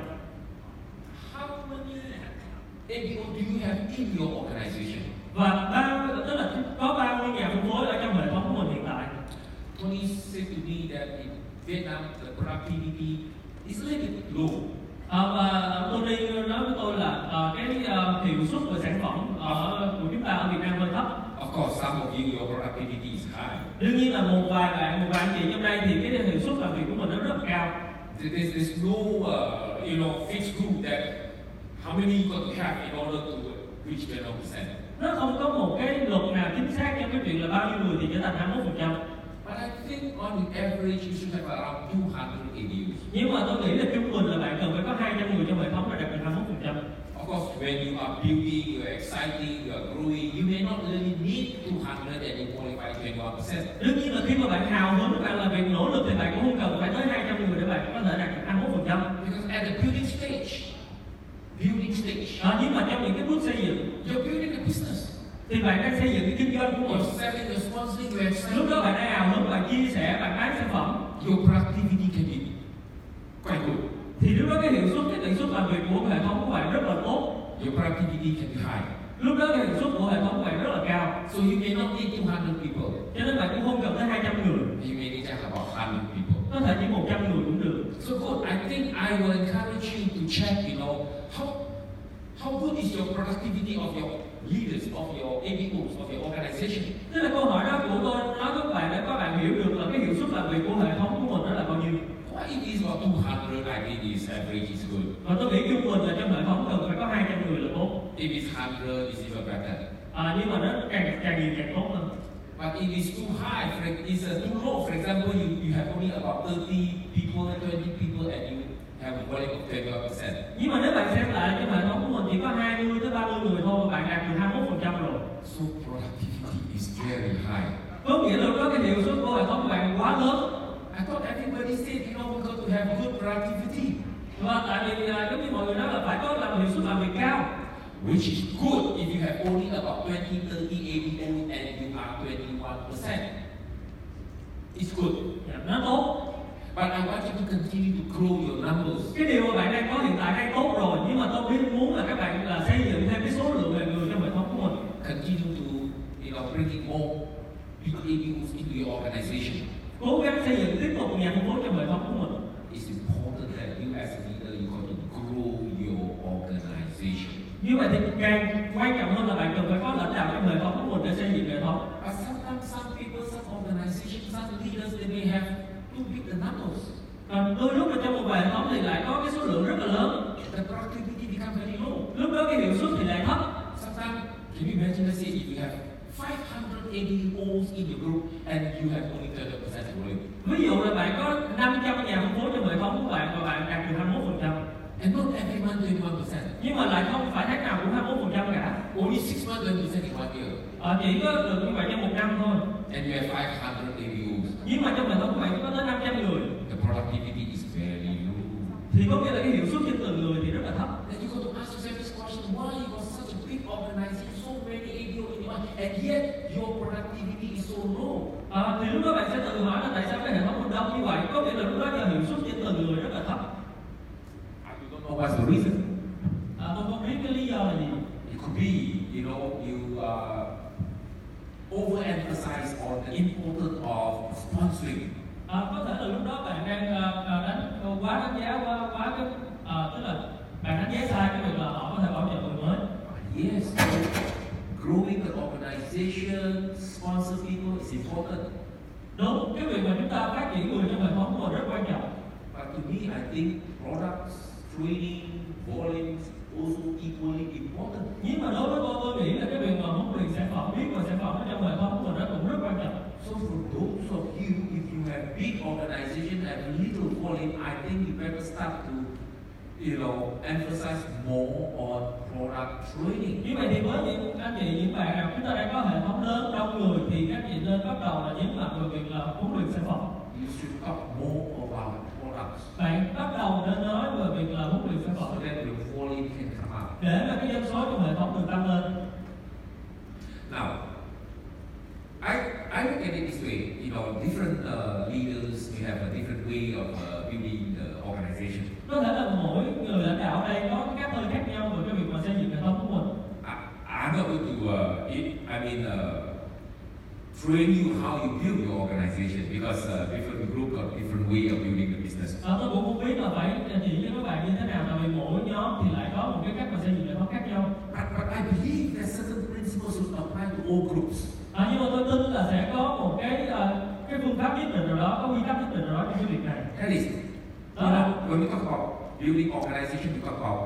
A: How many ABO do you have in your organization?
B: Và bao, tức là có bao nhiêu nhà phân phối ở trong hệ thống của mình hiện tại
A: Tony said to me that in Vietnam the productivity is a little bit low.
B: À, và Tony nói với tôi là à, cái à, hiệu suất của sản phẩm ở, của chúng ta ở Việt Nam hơi thấp
A: Of course, some of you your productivity is high.
B: đương nhiên là một vài bạn một vài anh chị trong đây thì cái hiệu suất làm việc của mình nó rất là cao
A: There- There's, there's no uh, you know fixed rule that how many you got to have in order to reach 21%.
B: nó không có một cái luật nào chính xác trong cái chuyện là bao nhiêu người thì trở thành 21 phần trăm
A: But I think on the average, you should have around 200 ADUs.
B: nhưng mà tôi nghĩ là trung bình là bạn cần phải có 200 người trong hệ thống để đạt được 21 phần trăm
A: Of course, when you are building, you are exciting, you are growing, you may not really need 200 and you qualify 21%.
B: đương nhiên là khi mà bạn hào hứng bạn làm việc nỗ lực thì bạn cũng không cần phải tới 200 người để bạn có thể đạt được 21 phần trăm
A: Because at the building stage, building stage,
B: Đó, nhưng mà trong những cái bước xây dựng
A: you're building a business.
B: thì bạn đang xây dựng cái kinh doanh của
A: You're
B: mình
A: selling, you're sponsoring, you're
B: lúc
A: excited.
B: đó bạn đang hào hứng bạn chia sẻ bạn bán sản phẩm
A: Your productivity can be quite good.
B: thì lúc đó cái hiệu suất cái tần suất làm việc của hệ thống của bạn rất là tốt
A: Your productivity can be high.
B: lúc đó cái hiệu suất của hệ thống của bạn rất là cao
A: So you may not need 200 people.
B: cho nên bạn cũng không cần tới 200 người
A: You may need to have about 100 people.
B: có thể chỉ 100 người cũng được
A: So good. I think I will encourage you to check, you know, how how good is your productivity of your leaders, of your ABOs, of your organization.
B: Thế là câu hỏi đó của tôi nói với các bạn để các bạn hiểu được là cái hiệu suất làm việc của hệ thống của mình đó là bao nhiêu.
A: Why it is about 200, I think is average is good.
B: Và tôi nghĩ trung bình là trong hệ thống cần phải có 200 người là tốt.
A: If it's 100, it's even better.
B: À, nhưng mà nó càng càng nhiều càng tốt hơn.
A: But if it's too high, for, it's uh, too low. For example, you, you have only about 30 people, 20 people, and you have a volume of 21%.
B: Nhưng mà nếu bạn xem lại trong hệ thống của mình chỉ có 20 tới 30 người thôi mà bạn đạt được 21% rồi.
A: So productivity is very high.
B: Có nghĩa là có cái hiệu suất của hệ thống của bạn quá lớn.
A: I thought everybody said, you know, we're going to have good productivity.
B: Và tại vì à, giống như mọi người nói là phải có làm hiệu suất làm việc cao.
A: which is good if you have only about 20, 30 ABO and you are 21%. It's good.
B: Dạ, Nó tốt.
A: But I want you to continue to grow your numbers.
B: Cái điều mà bạn đang có hiện tại đang tốt rồi nhưng mà tôi biết muốn là các bạn là xây dựng thêm cái số lượng về người trong hệ thống của mình.
A: Continue to, you know, bringing more big ABOs into your organization.
B: cố gắng xây dựng tiếp tục nhà phân phối cho hệ thống của mình
A: It's important that you as a leader, you got to grow your organization.
B: như vậy thì càng quan trọng hơn là bạn cần phải có lãnh đạo trong hệ thống của mình để xây dựng hệ thống
A: But sometimes some people, some organizations, some leaders, they may have too big the numbers.
B: còn đôi lúc là trong một hệ thống thì lại có cái số lượng rất là lớn Ừ,
A: The productivity becomes very low.
B: lúc đó cái hiệu suất thì lại thấp
A: Sometimes, can you imagine, let's say, if you have 500 ABOs in your group and you have only 30% growing,
B: ví dụ là bạn có 500 nhà phân phối trong hệ thống của bạn và bạn đạt được 21%
A: and not everyone 21%,
B: nhưng mà lại không phải tháng nào cũng 21% cả
A: only 6 months 20% in one year,
B: Ờ, chỉ có được như vậy trong một năm thôi
A: and you have 500 ABOs,
B: nhưng mà trong hệ thống của bạn có tới 500 người
A: the productivity is very low.
B: thì có nghĩa là cái hiệu suất trên từng người thì rất là thấp
A: Then you got to ask yourself this question why you got such a big organization, so many ABOs in your and yet your productivity is so low?
B: À, thì lúc đó bạn sẽ tự hỏi là tại sao cái hệ thống mình đông như vậy có nghĩa là lúc đó là hiệu suất trên từng người rất là thấp
A: I don't know what's the reason.
B: à, tôi không biết cái lý do là gì
A: It could be, you know, you uh, overemphasize on the importance of sponsoring.
B: à, có thể là lúc đó bạn đang à, à, đánh quá đánh giá quá quá cái à, tức là bạn đánh giá sai cái việc là họ có thể bảo trợ người mới
A: Yes, growing the organization, sponsor people is important.
B: đúng cái việc mà chúng ta phát triển người trong hệ thống là rất quan trọng
A: But to me, I think products, training, volumes also equally important.
B: nhưng mà đối với tôi tôi nghĩ là cái việc mà huấn luyện sản phẩm biết về sản phẩm ở trong hệ thống của mình đó cũng rất quan trọng
A: So for those of you, if you have big organization and little volume, I think you better start to, you know, emphasize more on product training.
B: như vậy thì với những anh chị những bạn nào chúng ta đang có hệ thống lớn đông người thì các chị nên bắt đầu là nhấn mạnh về việc là huấn luyện sản phẩm
A: You should talk more about products
B: bạn bắt đầu nên nói về việc là huấn luyện sản
A: so
B: phẩm
A: that your volume can come up.
B: để mà cái dân số trong hệ thống được tăng lên
A: Now, I, I look at it this way, you know, different uh, leaders, you have a different way of uh, building the organization.
B: có thể là mỗi người lãnh đạo ở đây có cái cách hơi khác nhau về cái việc mà xây dựng hệ thống của mình
A: I, I'm not going to, uh, it, I mean, uh, train you how you build your organization because uh, different group got different way of building the business.
B: và tôi cũng không biết là phải chỉ cho các bạn như thế nào tại vì mỗi nhóm thì lại có một cái cách mà xây dựng hệ thống khác nhau
A: But, but I believe that certain principles should apply to all groups.
B: à, nhưng mà tôi tin là sẽ có một cái à, cái phương pháp nhất định nào đó có quy tắc nhất định nào đó trong cái việc này
A: That is, you know, when we talk about building organization, we talk about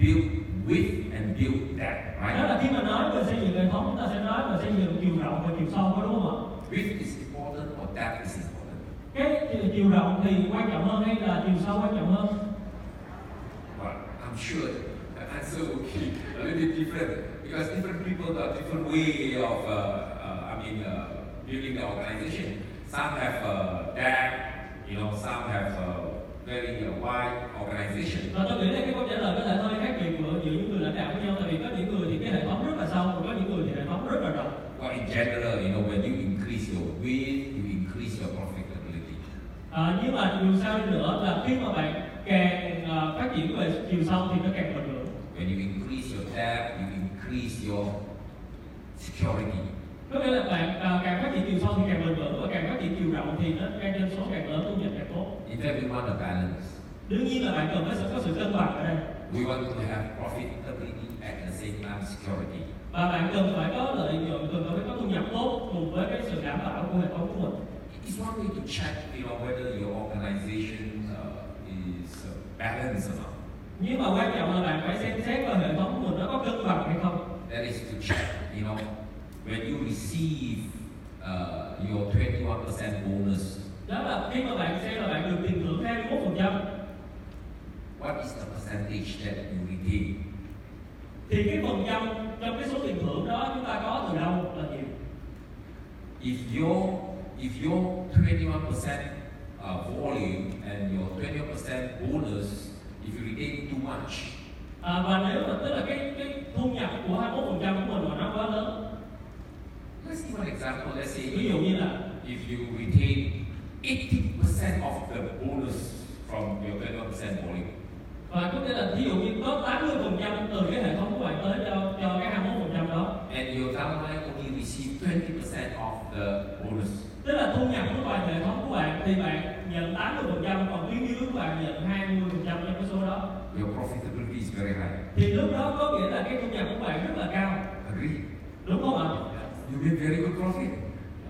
A: build with and build that, right?
B: đó là khi mà nói về xây dựng hệ thống chúng ta sẽ nói về xây dựng chiều rộng và chiều sâu có đúng không ạ
A: Width is important or depth is important.
B: cái chiều- chiều rộng thì quan trọng hơn hay là chiều sâu quan trọng hơn
A: But I'm sure the answer will be a little bit different because different people have different way of, uh, uh, I mean, uh, building the organization. Some have uh, depth, you know, some have uh, very uh, wide organization.
B: và tôi nghĩ là cái câu trả lời có thể hơi khác biệt giữa giữa những người
A: in general, you know, when you increase your width, you increase your profitability.
B: Ờ, nhưng mà dù sao đi nữa là khi mà bạn càng ờ, phát triển về chiều sâu thì nó càng bền vững
A: When you increase your depth, you increase your security.
B: có nghĩa là bạn ờ, càng phát triển chiều sâu thì càng bền vững và càng phát triển chiều rộng thì nó càng doanh số càng lớn thu nhập càng tốt
A: In fact, we want a balance.
B: đương nhiên là bạn cần phải sự- có sự cân bằng ở đây
A: We want to have profitability at the same time security.
B: và bạn cần phải có lợi nhuận cần phải có thu nhập tốt cùng với cái sự đảm bảo của hệ thống của mình
A: It's one way to check, you know, whether your organization uh, is uh, balanced or not.
B: nhưng mà quan trọng là bạn phải xem xét coi hệ thống của mình nó có cân bằng hay không
A: That is to check, you know, when you receive uh, your 21% bonus,
B: đó là khi mà bạn xem là bạn được tiền thưởng 21 phần trăm
A: what is the percentage that you retain?
B: thì cái phần trăm trong cái số tiền thưởng đó chúng ta có từ đâu là nhiều
A: If your if your 21% uh, volume and your 21% bonus, if you retain too much,
B: à, và nếu mà tức là cái cái thu nhập của 21 phần trăm của mình mà nó quá lớn
A: let's give an example. Let's say
B: ví dụ như là
A: if you retain 80% of the bonus from your 21% volume,
B: và có nghĩa là ví dụ như có 80 phần trăm từ cái hệ thống của bạn tới cho cho cái 21 phần trăm đó
A: and your downline only receive 20% of the bonus,
B: tức là thu nhập của bạn hệ thống của bạn thì bạn nhận 80 phần trăm còn phía dưới của bạn nhận 20 phần trăm trong cái số đó
A: your profitability is very high.
B: thì lúc đó có nghĩa là cái thu nhập của bạn rất là cao
A: Agree?
B: đúng không ạ
A: You make very good profit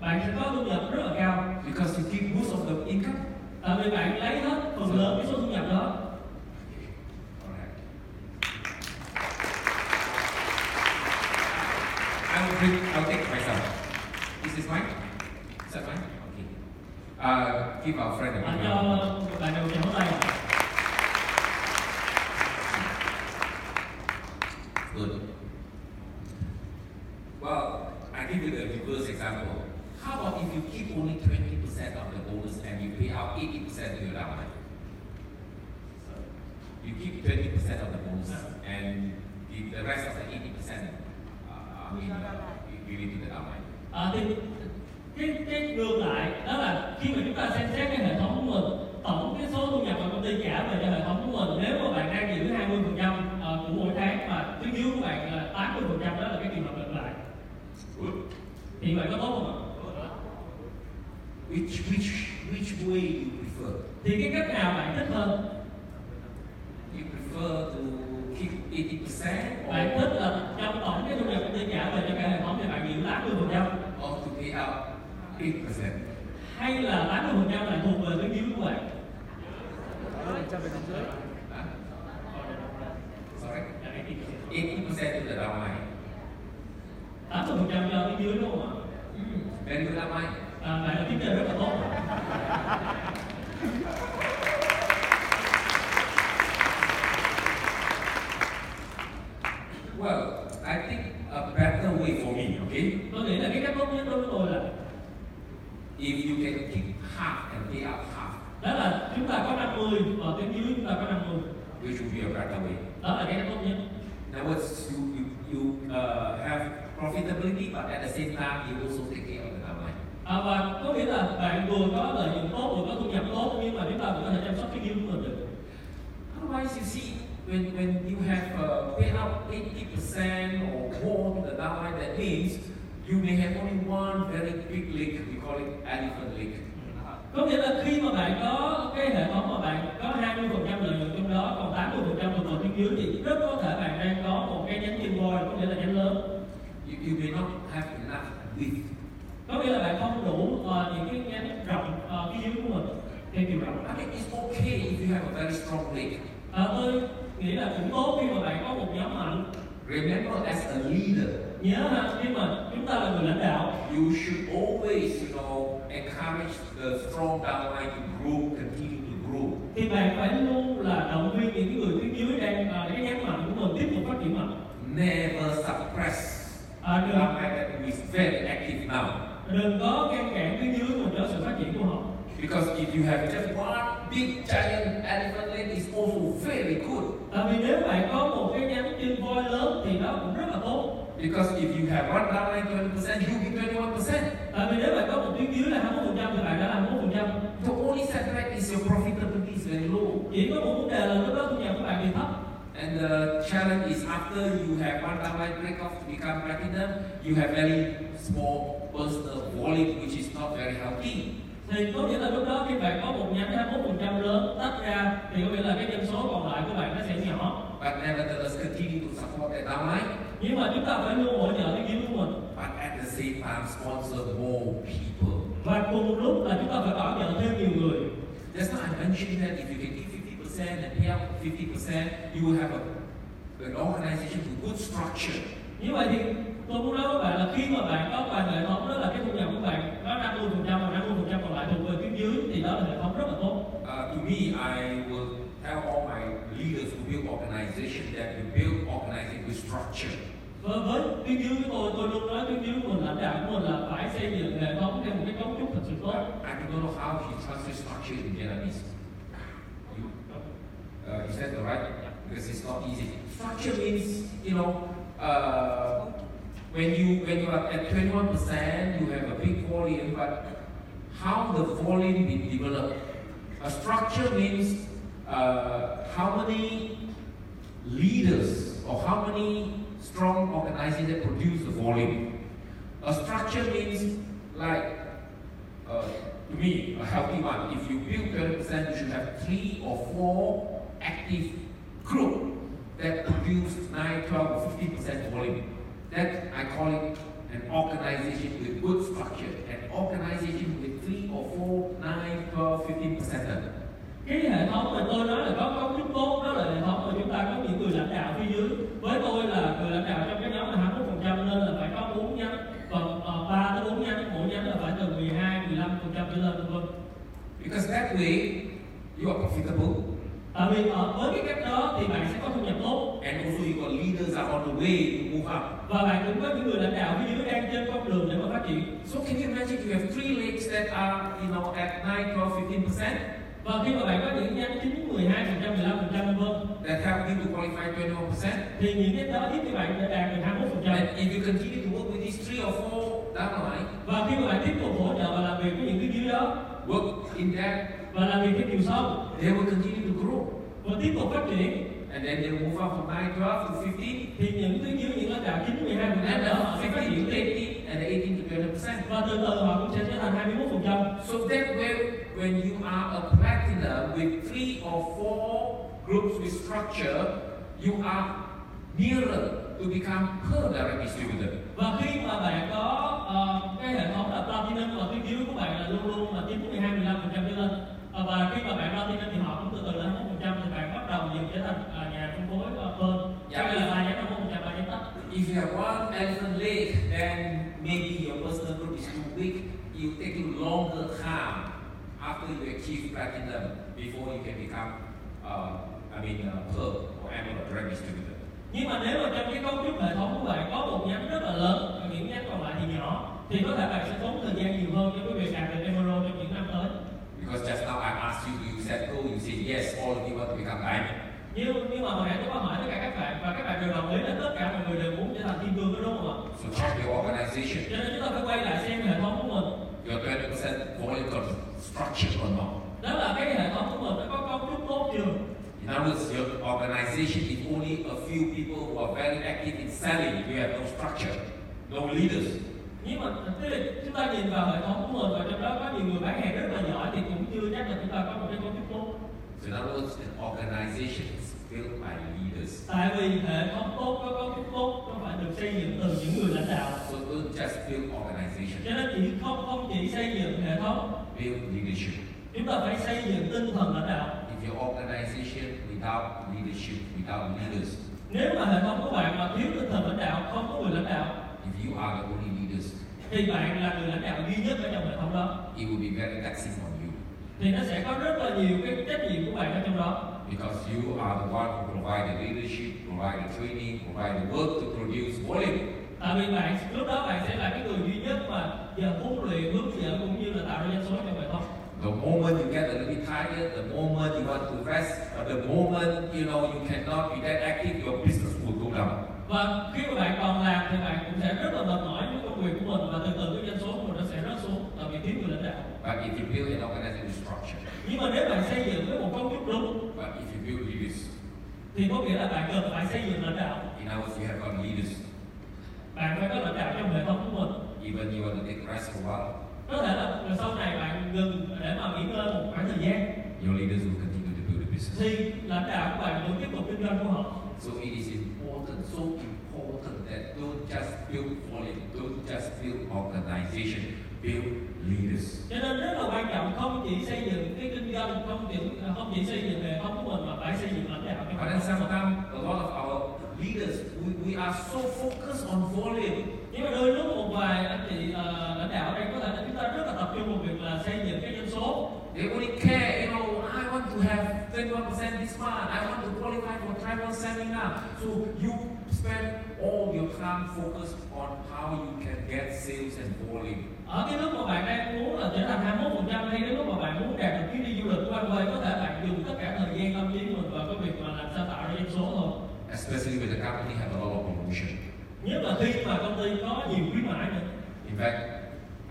B: bạn sẽ có thu nhập rất là cao
A: because you keep most of the income.
B: tại vì bạn lấy hết phần lớn cái số thu nhập đó
A: Alright. I will bring, I'll take myself. This is mine? Is that mine? Okay. Uh, give our friend a
B: Bạn
A: big
B: à, cho
A: round.
B: bạn đồng chào tay.
A: Good. Well, I give you the reverse example. How about if you keep only 20% of the bonus and you pay out 80% to your downline? You keep 20% of the bonus and give the rest of the 80% uh, in, uh, you give it to the downline.
B: À, thì cái cái ngược lại đó là khi mà chúng ta xem xét cái hệ thống của mình tổng cái số thu nhập mà công ty trả về cho hệ thống của mình nếu mà bạn đang giữ 20 phần trăm ờ, của mỗi tháng mà phía dưới của bạn là 80 phần trăm đó là cái trường hợp ngược lại
A: Good.
B: thì bạn có tốt không ạ?
A: Which which which way you prefer?
B: Thì cái cách nào bạn thích hơn?
A: You prefer to keep 80%
B: Bạn thích
A: or,
B: là trong tổng cái thu nhập công ty trả về cho cả hệ thống thì bạn giữ 80 phần trăm
A: or to pay out 8%?
B: hay là 80 phần trăm lại thuộc về phía dưới của bạn?
A: Huh? Sorry? 80% to the downline.
B: 80 phần trăm cho phía dưới đúng không ạ?
A: Mm, very good downline.
B: À, bạn là kiếm tiền rất là tốt
A: Well, I think a better way for me, okay?
B: tôi nghĩ là cái cách tốt nhất đối với tôi là
A: If you can keep half and pay out half,
B: đó là chúng ta có ờ, 50 và tiếng dưới chúng ta có 50
A: which would be a better way.
B: đó là cái cách tốt nhất
A: In other words, you, you, you uh, have profitability, but at the same time, you also take care of the downline.
B: à, và có nghĩa là bạn vừa có lợi nhuận tốt vừa có thu nhập tốt nhưng mà chúng ta vẫn có thể chăm sóc cái dưới của mình được
A: Otherwise, you see, when, when you have uh, paid out 80% or more to the downline, that means you may have only one very big lake. We call it elephant lake.
B: có nghĩa là khi mà bạn có cái hệ thống mà bạn có 20 phần trăm lợi nhuận trong đó còn 80 phần trăm thuộc về tiếng dưới thì rất có thể bạn đang có một cái nhánh kim voi có nghĩa là nhánh lớn
A: You, you may not have enough width.
B: có nghĩa là bạn không đủ ờ, những cái nhánh rộng ờ, phía dưới của mình theo chiều rộng
A: I mean, it's okay if you have a very strong lake.
B: À, tôi nghĩ là cũng tốt khi mà bạn có một nhóm mạnh
A: Remember, as a leader,
B: nhớ ha khi mà chúng ta là người lãnh đạo
A: you should always, you know, encourage the strong downline to grow, continue to grow.
B: thì bạn phải luôn là động viên những cái người phía dưới đang à, cái nhóm mạnh của mình tiếp tục phát triển mạnh
A: Never suppress
B: à,
A: the
B: đừng
A: downline that is very active now.
B: đừng có ngăn cản phía dưới mình đó sự phát triển của họ
A: Because if you have just one big giant elephant leg, it's also very good.
B: tại vì nếu bạn có một cái nhánh chim voi lớn thì đó cũng rất là tốt
A: Because if you have run down 91%, you be 21%.
B: Tại vì nếu bạn có một tuyến dưới là 21% thì bạn đã là 21%.
A: The only setback is your profitability is very low.
B: Chỉ có một vấn đề là lúc đó thu nhập của bạn bị thấp.
A: And the challenge is after you have one downline break off to become platinum, you have very small personal wallet which is not very healthy.
B: Thì có nghĩa là lúc đó khi bạn có một nhánh 21% lớn tách ra thì có nghĩa là cái dân số còn lại của bạn nó sẽ nhỏ.
A: But nevertheless, continue to support that downline,
B: Nhưng mà chúng ta phải luôn hỗ trợ cái kiến của mình
A: but at the same time sponsor more people.
B: và cùng một lúc là chúng ta phải bảo trợ thêm nhiều người.
A: Just now I mentioned that if you can give 50% and pay out 50%, you will have a, an organization with good structure.
B: Như vậy thì tôi muốn nói với bạn là khi mà bạn có toàn hệ thống đó là cái thu nhập của bạn nó 50% và 50% còn lại thuộc về tuyến dưới thì đó là hệ thống rất là tốt.
A: Uh, to me, I will tell all my leaders who build organization that you build organization with structure.
B: Và với tuyên dương của tôi, tôi luôn nói tuyên dương của mình lãnh đạo của mình là phải xây dựng hệ thống theo một cái cấu trúc thật sự tốt.
A: I don't know how he translates structure in Vietnamese. You, uh, is that the right? Because it's not easy. Structure means, you know, uh, when you when you are at 21 percent, you have a big volume, but how the volume been developed? A structure means uh, how many leaders or how many strong organizations that produce the volume. A structure means like uh, to me, a healthy one. If you build 20%, you should have three or four active group that produce 9, 12, or 15% volume. That I call it an organization with good structure, an organization with three or four, 9, 12, 15%.
B: Cái hệ thống mà tôi nói là có cấu trúc tốt đó là hệ thống mà chúng ta có những người lãnh đạo phía dưới. Với tôi là người lãnh đạo trong cái nhóm là 21% nên là phải có 4 nhánh còn uh, 3 tới 4 nhánh, mỗi nhánh là phải từ 12, 15% trở lên vân vân.
A: Because that way, you are profitable
B: Tại Ờ, vì ở với cái cách đó thì bạn sẽ có thu nhập tốt
A: and also your leaders are on the way to move up.
B: và bạn cũng có những người lãnh đạo phía dưới đang trên con đường để mà phát triển.
A: So can you imagine you have three legs that are, you know, at 9, 12, 15%?
B: Và khi mà bạn có những nhánh 9, 12, 15% vân vân
A: that help you to qualify 21%.
B: thì những cái đó giúp cho bạn để đạt được 21%.
A: And if you continue to work with these three or four downline,
B: Và khi mà bạn tiếp tục hỗ trợ và làm việc với những cái dưới đó
A: work in that,
B: và làm việc theo chiều sâu
A: they will continue to grow.
B: và tiếp tục phát triển
A: And then they move up from 9, 12 to 15,
B: thì những tuyến dưới những lãnh đạo 9, 12,
A: and
B: 15
A: then
B: đó họ
A: up
B: sẽ phát
A: 15
B: triển
A: to
B: tiếp
A: 18, and 18 to 20%.
B: và từ từ họ cũng sẽ trở thành 21%.
A: So that way, when you are a platinum with three or four groups with structure, you are nearer to become per direct distributor.
B: Và khi mà bạn có ờ, cái hệ thống là platinum và tuyến dưới của bạn là luôn luôn là 9, 12, 15% trở lên Ờ, và khi mà bạn platinum thì họ cũng từ từ lên 21% thì bạn bắt đầu dần trở thành ờ, nhà phân phối ờ, hơn. Cho nên là 3 nhánh 21%, 3 nhánh tách.
A: If you have one elephant leg, then maybe your personal group is too weak. It will take you longer time after you achieve platinum before you can become, uh, I mean, uh, pearl or emerald drug distributor.
B: Nhưng mà nếu mà trong cái cấu trúc hệ thống của bạn có một nhánh rất là lớn và những nhánh còn lại thì nhỏ thì có thể bạn sẽ tốn thời gian nhiều hơn cho cái việc đạt được emerald trong những năm tới.
A: Because just now I asked you, you said no, you said yes, all of you want to become diamond.
B: Nhưng nhưng mà hồi nãy tôi có hỏi tất cả các bạn và các bạn đều đồng ý là tất cả mọi người đều muốn trở thành thiên vương đó đúng không ạ?
A: So check your
B: Cho
A: organization,
B: nên chúng ta phải quay lại xem hệ thống của mình.
A: your 20% volume con- structure or not.
B: Đó là cái hệ thống của mình nó có cấu trúc tốt chưa?
A: In other words, your organization is only a few people who are very active in selling. You have no structure, no leaders.
B: Nhưng mà tức là chúng ta nhìn vào hệ thống của mình và trong đó có nhiều người bán hàng rất là giỏi thì cũng chưa chắc là chúng ta có một cái cấu trúc tốt.
A: So in other words, an organization is built by leaders.
B: Tại vì hệ thống tốt có cấu trúc tốt nó phải được xây dựng từ những người lãnh đạo
A: So don't just build organization,
B: cho nên chỉ không không chỉ xây dựng hệ thống
A: build leadership.
B: chúng ta phải xây dựng tinh thần lãnh đạo
A: If your organization without leadership, without leaders,
B: nếu mà hệ thống của bạn mà thiếu tinh thần lãnh đạo không có người lãnh đạo
A: if you are the only leaders,
B: thì bạn là người lãnh đạo duy nhất ở trong hệ thống đó
A: it will be very taxing on you
B: thì nó sẽ có rất là nhiều cái trách nhiệm của bạn ở trong đó
A: because you are the one who provide the leadership, provide the training, provide the work to produce volume.
B: tại vì bạn lúc đó bạn sẽ là cái người duy nhất mà giờ huấn luyện hướng dẫn cũng như là tạo ra doanh số trong hệ thống
A: The moment you get a little bit tired, the moment you want to rest, or the moment you know you cannot be that active, your business will go down.
B: và khi mà bạn còn làm thì bạn cũng sẽ rất là mệt mỏi với công việc của mình và từ từ cái doanh số của mình nó sẽ rớt xuống tại vì thiếu người lãnh đạo
A: But if you build an organizational structure,
B: nhưng mà nếu bạn xây dựng với một cấu trúc đúng
A: but if you build leaders,
B: thì có nghĩa là bạn cần phải xây dựng lãnh đạo
A: in other words, you have got leaders.
B: bạn phải có lãnh đạo trong hệ thống của mình
A: Even you want to take rest for a while,
B: có thể là rồi sau này bạn ngừng để mà nghỉ ngơi một khoảng thời gian
A: your leaders will continue to build the business.
B: thì lãnh đạo của bạn vẫn tiếp tục kinh doanh của họ
A: So it is important, so important that don't just build volume, don't just build organization, build leaders.
B: cho nên rất là quan trọng không chỉ xây dựng cái kinh doanh không chỉ à, không chỉ xây dựng hệ thống của mình mà phải xây dựng lãnh đạo cho
A: But then sometimes a lot of our leaders, we, we are so focused on volume.
B: nhưng mà đôi lúc một vài anh chị ờ, lãnh đạo đây có thể là chúng ta rất là tập trung vào việc là xây dựng cái doanh số
A: They only care, you know, I want to have 31% this month, I want to qualify for travel seminar. So you spend all your time focused on how you can get sales and volume.
B: ở cái lúc mà bạn đang muốn là trở thành 21 phần trăm hay đến lúc mà bạn muốn đạt được chuyến đi du lịch của anh quay có thể bạn dùng tất cả thời gian tâm trí của mình vào cái việc mà làm sao tạo ra doanh số thôi
A: Especially when the company have a lot of promotion.
B: nhất là khi mà công ty có nhiều khuyến mãi nữa
A: In fact,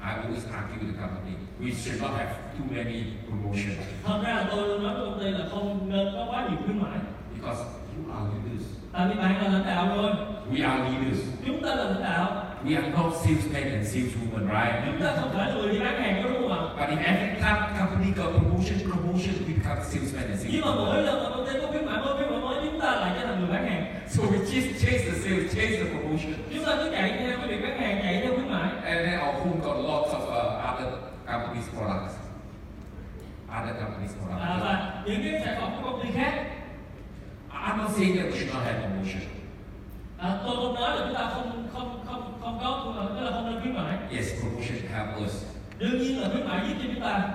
A: I always argue with the company, we should not have too many promotions
B: thật ra là tôi luôn nói với công ty là không nên có quá nhiều khuyến mãi
A: because you are leaders.
B: tại vì bạn là lãnh đạo rồi
A: We are leaders.
B: chúng ta là lãnh đạo
A: We are not salesmen and saleswomen, right?
B: chúng ta không phải là người đi bán hàng đó đúng không ạ
A: But if every time company got promotion, promotion, we become salesmen and
B: nhưng mà mỗi
A: saleswomen.
B: lần mà công ty có khuyến mãi mới khuyến mãi mới chúng ta lại trở thành người bán hàng
A: So we chase, chase the sales, chase the promotion.
B: chúng ta cứ chạy theo cái việc bán hàng chạy theo khuyến mãi
A: And then our home got lots of uh, other companies' products. Other companies'
B: à,
A: products.
B: và những cái sản phẩm của công ty khác
A: I'm not saying that we should not have promotion.
B: à, tôi không nói là chúng ta không không không không có tức là không nên khuyến mãi
A: Yes, promotion helps us.
B: đương nhiên là khuyến mãi giúp cho chúng ta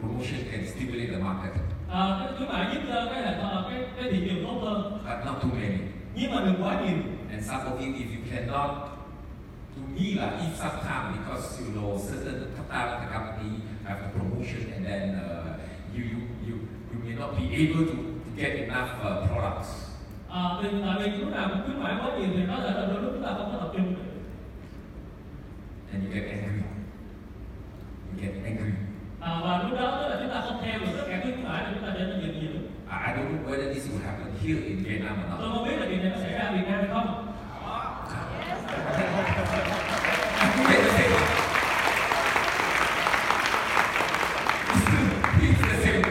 A: Promotion can stimulate the market,
B: à, cái khuyến mãi giúp cho cái hệ thống à, cái, cái thị trường tốt hơn
A: but not too many.
B: nhưng mà đừng quá nhiều
A: And some of you, if you cannot, to me, like, if sometimes, because, you know, certain time the company have a promotion and then uh, you, you, you, you may not be able to, to get enough uh, products.
B: à, vì, tại vì lúc nào cũng khuyến mãi quá nhiều thì nó sẽ là đôi lúc chúng ta không có tập trung được.
A: And you get angry. You get angry.
B: à, và lúc đó tức là chúng ta không theo được tất cả khuyến mãi thì chúng ta trở nên giận dữ
A: I, I don't know whether this will happen here in Vietnam or
B: *laughs*
A: not.
B: Ờ. tôi không biết là điều này có xảy ra ở Việt Nam hay không
A: Wait a second. It's the same.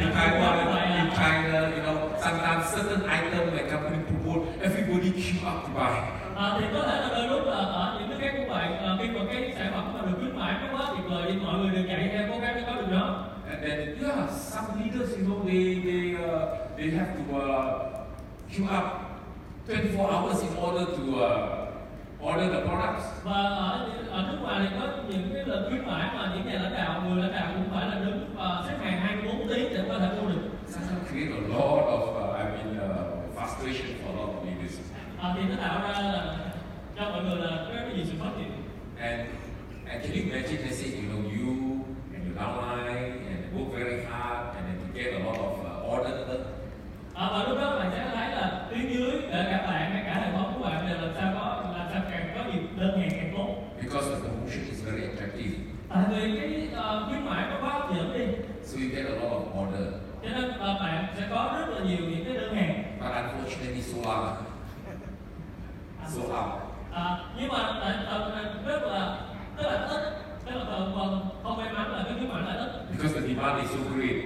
A: In Taiwan, in China, you know, sometimes certain item when company promote, everybody queue up to buy.
B: À, thì có thể là đôi lúc là ở những cái khác của bạn à, khi mà cái sản phẩm mà được khuyến mãi nó quá tuyệt vời thì mọi người đều chạy theo cố gắng để có được nó
A: And then, yeah, some leaders, you know, they they uh, they have to uh, queue up 24 hours in order to uh, order the products.
B: và ở, ở nước ngoài thì có những cái lần khuyến mãi mà những nhà lãnh đạo người lãnh đạo cũng phải là đứng và xếp hàng 24 tiếng để có thể mua được
A: Sometimes create a lot of, uh, I mean, uh, frustration for a lot of leaders.
B: à, thì nó tạo ra là cho mọi người là rất là nhiều sự phát triển
A: And, and can you imagine, let's say, you know, you and your downline and work very hard and then you get a lot of uh, order.
B: à, và lúc đó bạn sẽ thấy là phía dưới để cả bạn hay cả hệ thống của bạn đều làm sao có làm sao càng có nhiều đơn hàng càng tốt
A: Because the promotion is very attractive.
B: tại vì cái ờ, khuyến mãi nó quá hấp dẫn đi
A: So you get a lot of order.
B: cho nên là bạn sẽ có rất là nhiều những cái đơn hàng
A: But unfortunately, so out. So out.
B: à, nhưng mà tại tại- tại rất là rất là ít rất là tờ phần không may mắn là cái khuyến mãi là ít
A: Because the demand is so great.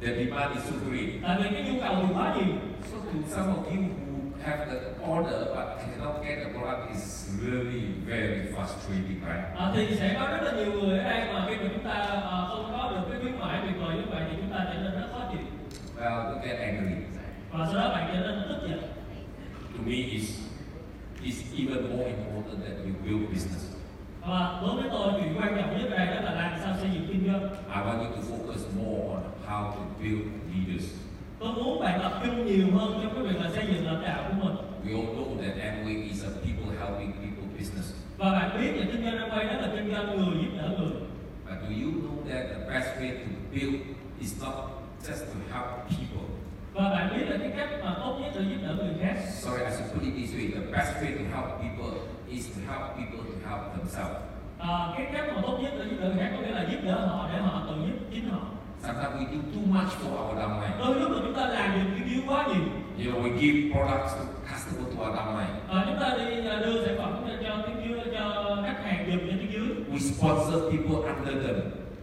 A: The demand is so great.
B: tại vì cái nhu cầu thì quá nhiều
A: So to some of you who have the order but cannot get the product is really very frustrating, right?
B: à, thì sẽ có rất là nhiều người ở đây mà khi mà chúng ta ờ, không có được cái khuyến mãi tuyệt vời như vậy thì chúng ta trở nên rất khó chịu
A: Well, don't get angry.
B: và sau đó bạn trở nên tức giận
A: To me, it's, it's even more important that you build business.
B: và đối với tôi chuyện quan trọng nhất ở đây đó là làm sao xây dựng kinh doanh
A: I want you to focus more on how to build leaders.
B: tôi muốn bạn tập trung nhiều hơn trong cái việc là xây dựng lãnh đạo của mình
A: We all know that Amway is a people helping people business.
B: và bạn biết là kinh doanh đang quay đó là kinh doanh người giúp đỡ người
A: But do you know that the best way to build is not just to help people,
B: và bạn biết là cái cách mà tốt nhất để giúp đỡ người khác
A: Sorry, I should put it this way. The best way to help people is to help people to help themselves.
B: à, cái cách mà tốt nhất để giúp đỡ người khác có nghĩa là giúp đỡ họ để họ tự giúp chính họ
A: Sometimes we do too much for our downline.
B: đôi lúc mà chúng ta làm những cái điều quá nhiều
A: You know, we give products to customer to our downline.
B: à, chúng ta đi à, đưa sản phẩm cho- cho cái dưới cho khách hàng dùng cho cái dưới
A: We sponsor people under them.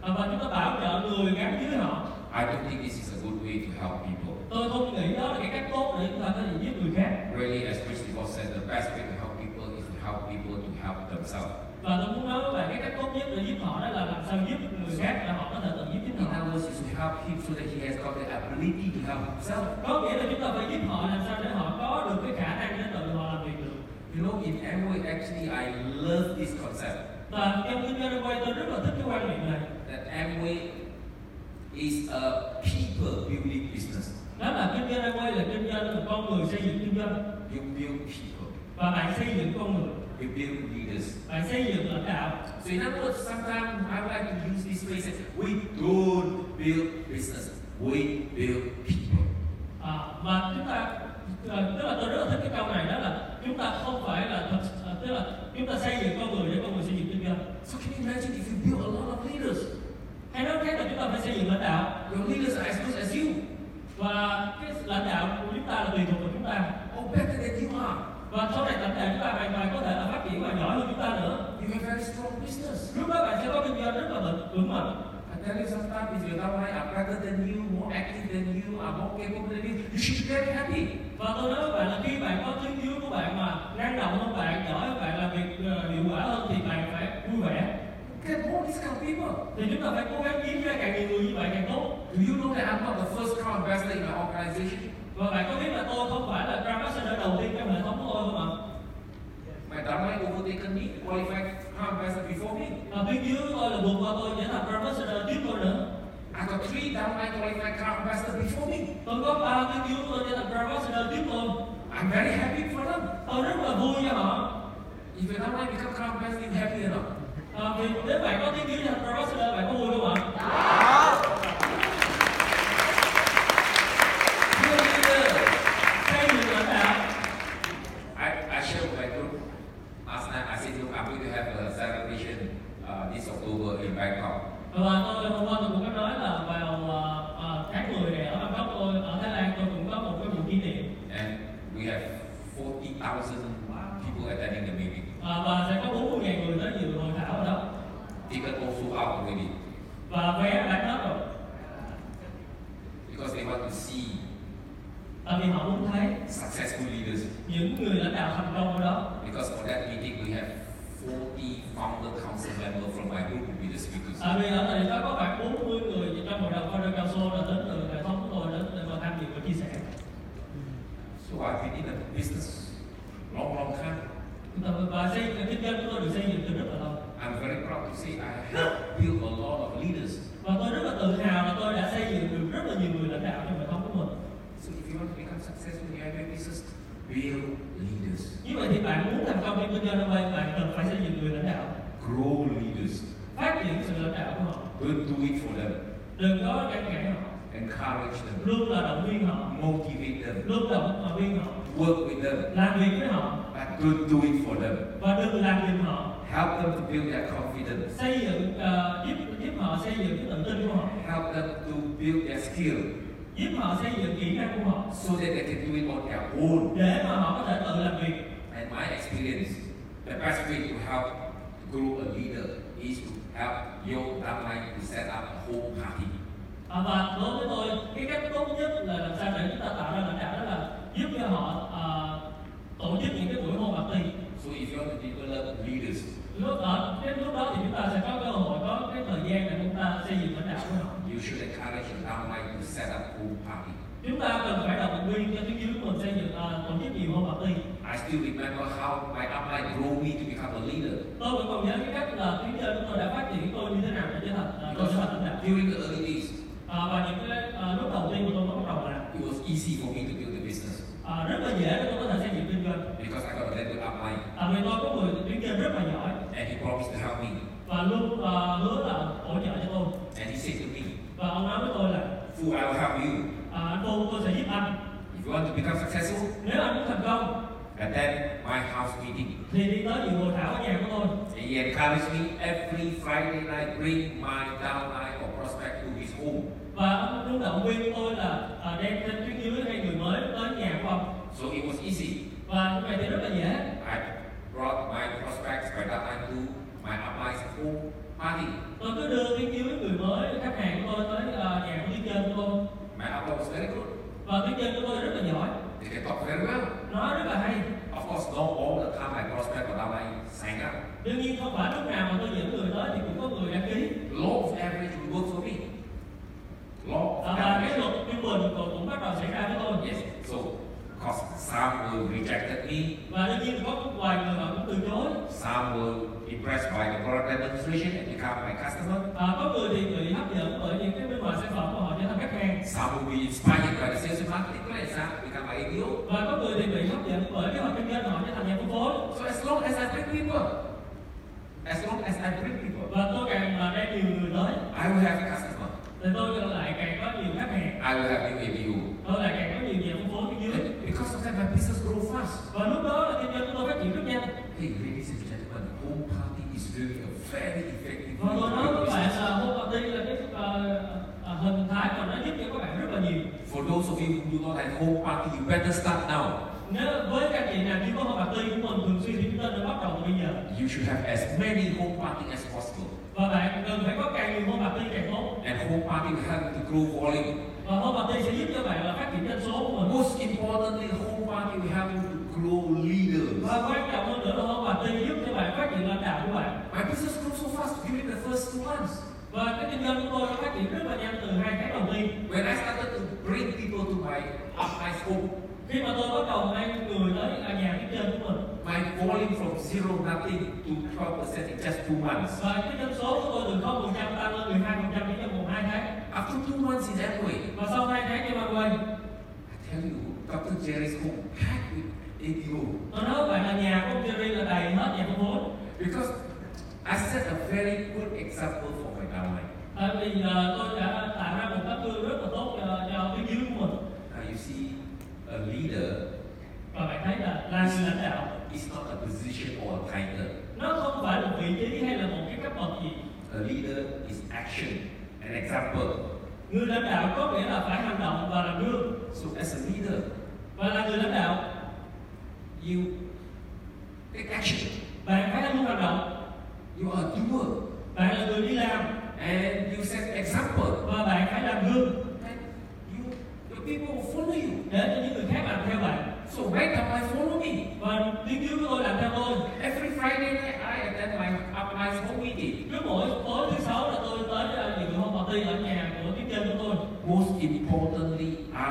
B: à, và chúng ta bảo trợ người gắn dưới họ
A: I don't think this is a good way to help people.
B: tôi không nghĩ đó là cái cách tốt để chúng ta có thể giúp người khác
A: Really, as Christy Paul said, the best way to help people is to help people to help themselves.
B: và tôi muốn nói với bạn cái cách tốt nhất để giúp họ đó là làm sao giúp người khác là họ có thể tự giúp
A: In
B: chính họ
A: other words, is to help him so that he has got the ability to help himself.
B: có nghĩa là chúng ta phải giúp họ làm sao để họ có được cái khả năng để tự họ làm việc được
A: You know, in Amway, actually, I love this concept
B: và trong kinh doanh quay tôi rất là thích cái quan niệm này
A: that Amway is a people building business.
B: đó là kinh doanh quay là kinh doanh là con người xây dựng kinh doanh
A: You build people,
B: và bạn xây dựng con người
A: you build leaders.
B: bạn xây dựng lãnh đạo
A: So, in other words, sometimes I would like to use this phrase as we don't build business, we build people.
B: à, mà chúng ta à, tức là tôi rất là thích cái câu này đó là chúng ta không phải là thật à, tức là chúng ta xây dựng con người để con người xây dựng kinh doanh
A: So, can you imagine if you build a lot of leaders?
B: hay nói khác là chúng ta phải xây dựng lãnh đạo
A: Your leaders are as good as you,
B: và cái lãnh đạo của chúng ta là tùy thuộc vào chúng ta
A: or better than you are.
B: và sau này lãnh đạo chúng ta hoàn toàn có thể là phát triển và giỏi hơn chúng ta nữa
A: You have very strong business.
B: lúc đó bạn sẽ có kinh doanh rất là vững- vững mạnh
A: I tell you sometimes if your downline are better than you, more active than you, are more capable than you, you should be very happy.
B: và tôi nói với bạn là khi bạn có chiến yếu của bạn mà năng động hơn bạn giỏi hơn bạn làm việc ờ, hiệu quả hơn thì bạn phải vui vẻ
A: Get more these kind of people.
B: thì chúng ta phải cố gắng kiếm ra càng nhiều người như vậy càng tốt
A: Do you know that I'm not the first car investor in my organization?
B: và bạn có biết là tôi không phải là Grand Master đầu tiên trong hệ thống của tôi không ạ
A: My downline overtaken me, qualified car investor before me.
B: và tuyến dưới À, của tôi là vượt qua tôi trở thành Grand Master tiếp tôi nữa
A: I got three downline qualified car investors before me.
B: tôi có ba tuyến dưới của tôi trở thành Grand Master tiếp tôi
A: I'm very happy for them.
B: tôi rất là vui cho họ
A: If your downline become car investor, you happy or not?
B: à, vì nếu bạn có tiếng dưới thành professional bạn có vui không ạ
A: You're a leader.
B: xây dựng lãnh đạo
A: I, I shared with my group last night. I said, look, I'm going to have a celebration uh, this October in Bangkok.
B: và tôi hôm qua tôi cũng có nói là vào à, à, tháng 10 này ở Bangkok tôi ở Thái Lan tôi cũng có một cái buổi kỷ niệm
A: And we have 40,000 people attending the meeting.
B: à, và sẽ có 40 ngàn người tới dự hội thảo ở đó
A: Ticket also out already
B: và vé đã hết rồi
A: because they want to see
B: tại vì họ muốn thấy
A: successful leaders.
B: những người lãnh đạo thành công ở đó
A: Because for that meeting, we have 40 founder council members from my group will be the speakers.
B: tại vì ở thời điểm đó có khoảng 40 người trong hội đồng Founder Council là đến từ hệ thống của tôi đến để mà tham dự và chia sẻ
A: So I've been in the business long, long time.
B: và xây kinh doanh của tôi được xây dựng từ rất là lâu
A: I'm very proud to say I helped build a lot of leaders.
B: và tôi rất là tự hào là tôi đã xây dựng được rất là nhiều người lãnh đạo trong hệ thống của mình
A: So if you want to become successful in your business, build leaders,
B: như vậy thì bạn muốn thành công trong kinh doanh quay bạn cần phải xây dựng người lãnh đạo
A: grow leaders.
B: phát triển sự lãnh đạo của họ
A: Don't do it for them.
B: đừng có ngăn cản họ
A: Encourage them.
B: luôn là động viên họ
A: Motivate them.
B: luôn động động viên họ
A: work with them,
B: làm việc với họ
A: but don't do it for them.
B: và đừng làm giùm họ
A: Help them to build their confidence.
B: xây dựng ờ, giúp giúp họ xây dựng cái tự tin của họ
A: Help them to build their skill
B: giúp họ xây dựng kỹ năng của họ
A: so that they can do it on their own.
B: để mà họ có thể tự làm việc
A: And my experience, the best way to help grow a leader is to help your downline to set up a whole party.
B: À, và đối với tôi cái cách tốt nhất là làm sao để chúng ta tạo ra lãnh đạo đó là giúp cho họ à, tổ chức những cái buổi hôn mặt tiền
A: So if you want to develop leaders,
B: lúc đó đến lúc đó thì chúng ta sẽ có cơ hội có cái thời gian để chúng ta xây dựng lãnh đạo của họ
A: you should encourage your downline to set up whole party.
B: chúng ta cần phải động viên cho tuyến dưới của mình xây dựng à, tổ chức nhiều hôn mặt tiền
A: I still remember how my upline grew me to become a leader.
B: tôi vẫn còn nhớ cái cách là tuyến trên chúng tôi đã phát triển tôi như thế nào để trở thành à, tôi trở thành lãnh đạo
A: Because during the early days,
B: à, và những cái à, lúc đầu tiên của tôi mới bắt đầu làm
A: it was easy for me to build a business.
B: à, rất là dễ để tôi có thể xây dựng kinh doanh
A: because I got a very good upline
B: tại vì tôi có người tuyến trên rất là giỏi
A: and he promised to help me.
B: và luôn à, hứa là hỗ trợ cho tôi
A: And he said to me,
B: và ông nói với tôi là
A: Fool, I will help you.
B: à, anh cô tôi sẽ giúp anh
A: house meeting.
B: thì đi tới dự hội thảo ở nhà của tôi
A: He encouraged me every Friday night, bring my downline or prospect to his home.
B: và ông luôn động viên tôi là à, đem thêm tuyến dưới hay người mới tới nhà của ông
A: So it was easy.
B: và như vậy thì rất là dễ
A: I brought my prospects, my downline to my upline's home party.
B: tôi cứ đưa tuyến dưới người mới khách hàng của tôi tới à, nhà của tuyến trên của tôi
A: My upline was very good.
B: và tuyến trên của tôi rất là giỏi
A: They can talk very well.
B: nói rất là hay
A: Of course, not all the time my prospect or downline sign up.
B: đương nhiên không phải lúc nào mà tôi dẫn người tới thì cũng có người đăng ký
A: Law of average will work for me. Law
B: à,
A: of
B: và cái
A: average.
B: luật trung bình cũng, cũng bắt đầu xảy ra với tôi
A: Yes. So, cause some will rejected me,
B: và đương nhiên có một vài người họ cũng từ chối
A: Some were impressed by the product demonstration and become my customer.
B: à, có người thì bị hấp dẫn bởi những cái bên ngoài sản phẩm của họ trở thành khách hàng
A: Some will be inspired by the sales and marketing plan, some become my ABO.
B: và có người thì bị hấp dẫn bởi cái hoạt kinh doanh họ trở thành nhà phân phối
A: So as long as I bring people, as long as I bring people,
B: và tôi càng mà đem nhiều người tới
A: I will have a customer.
B: thì tôi lại càng có nhiều khách hàng
A: I will have new ABO.
B: tôi lại càng có nhiều nhà phân phối phía dưới
A: And because of that, my business grow fast.
B: và lúc đó là kinh doanh của tôi phát triển rất nhanh
A: Hey, ladies and gentlemen, the whole party is doing a very effective
B: và tôi nói với các bạn
A: business.
B: là hôm đầu tiên là cái ờ, ờ, hình thái mà nó giúp cho các bạn rất là nhiều
A: For those of you who do not have home party, you better start now.
B: nếu với các chị nào chỉ có hộp bạc tiên của mình thường xuyên thì chúng ta nên bắt đầu từ bây giờ
A: You should have as many home party as possible.
B: và bạn cần phải có càng nhiều hộp bạc tiên càng tốt
A: And home party will help you to grow volume.
B: và hộp bạc tiên sẽ giúp cho bạn là phát triển doanh số của mình
A: Most importantly, home party will help you to grow leaders.
B: và quan trọng hơn nữa là hộp bạc tiên giúp cho bạn phát triển lãnh đạo của bạn
A: My business grew so fast during the first two months.
B: và cái kinh doanh của tôi nó phát triển rất là nhanh từ hai tháng đầu tiên
A: When I started to bring people to my upline home,
B: khi mà tôi bắt đầu mang người tới ở nhà cái kênh của mình
A: my volume from zero nothing to 12% in just two months.
B: và cái doanh số của tôi từ 0% tăng lên 12% chỉ trong vòng 2 tháng
A: After two months in that way,
B: và sau 2 tháng cho bạn quay
A: I tell you, Dr. Jerry's home packed with ADO
B: tôi nói với bạn là nhà của ông Jerry là đầy hết nhà phân phối
A: because I set a very good example for my downline.
B: tại vì là tôi đã tạo ra một tấm gương rất là tốt cho, cho tuyến dưới của mình
A: Now you see, a leader
B: và bạn thấy là là người lãnh đạo
A: is not a position or a title.
B: nó không phải là vị trí hay là một cái cấp bậc gì
A: A leader is action, an example.
B: người lãnh đạo có nghĩa là phải hành động và làm gương
A: So as a leader,
B: và là người lãnh đạo
A: you take action.
B: bạn phải luôn hành động
A: You are a doer,
B: bạn là người đi làm
A: and you set example,
B: và bạn phải làm gương
A: and you your people will follow you.
B: để cho những người khác làm theo bạn
A: So when am I follow me?
B: và tiếng cứu của tôi làm theo tôi
A: Every Friday night I attend my up my home meeting.
B: cứ mỗi tối thứ sáu là tôi tới ờ, dự hôn bà ti ở nhà của tiếng trên của tôi
A: Most importantly,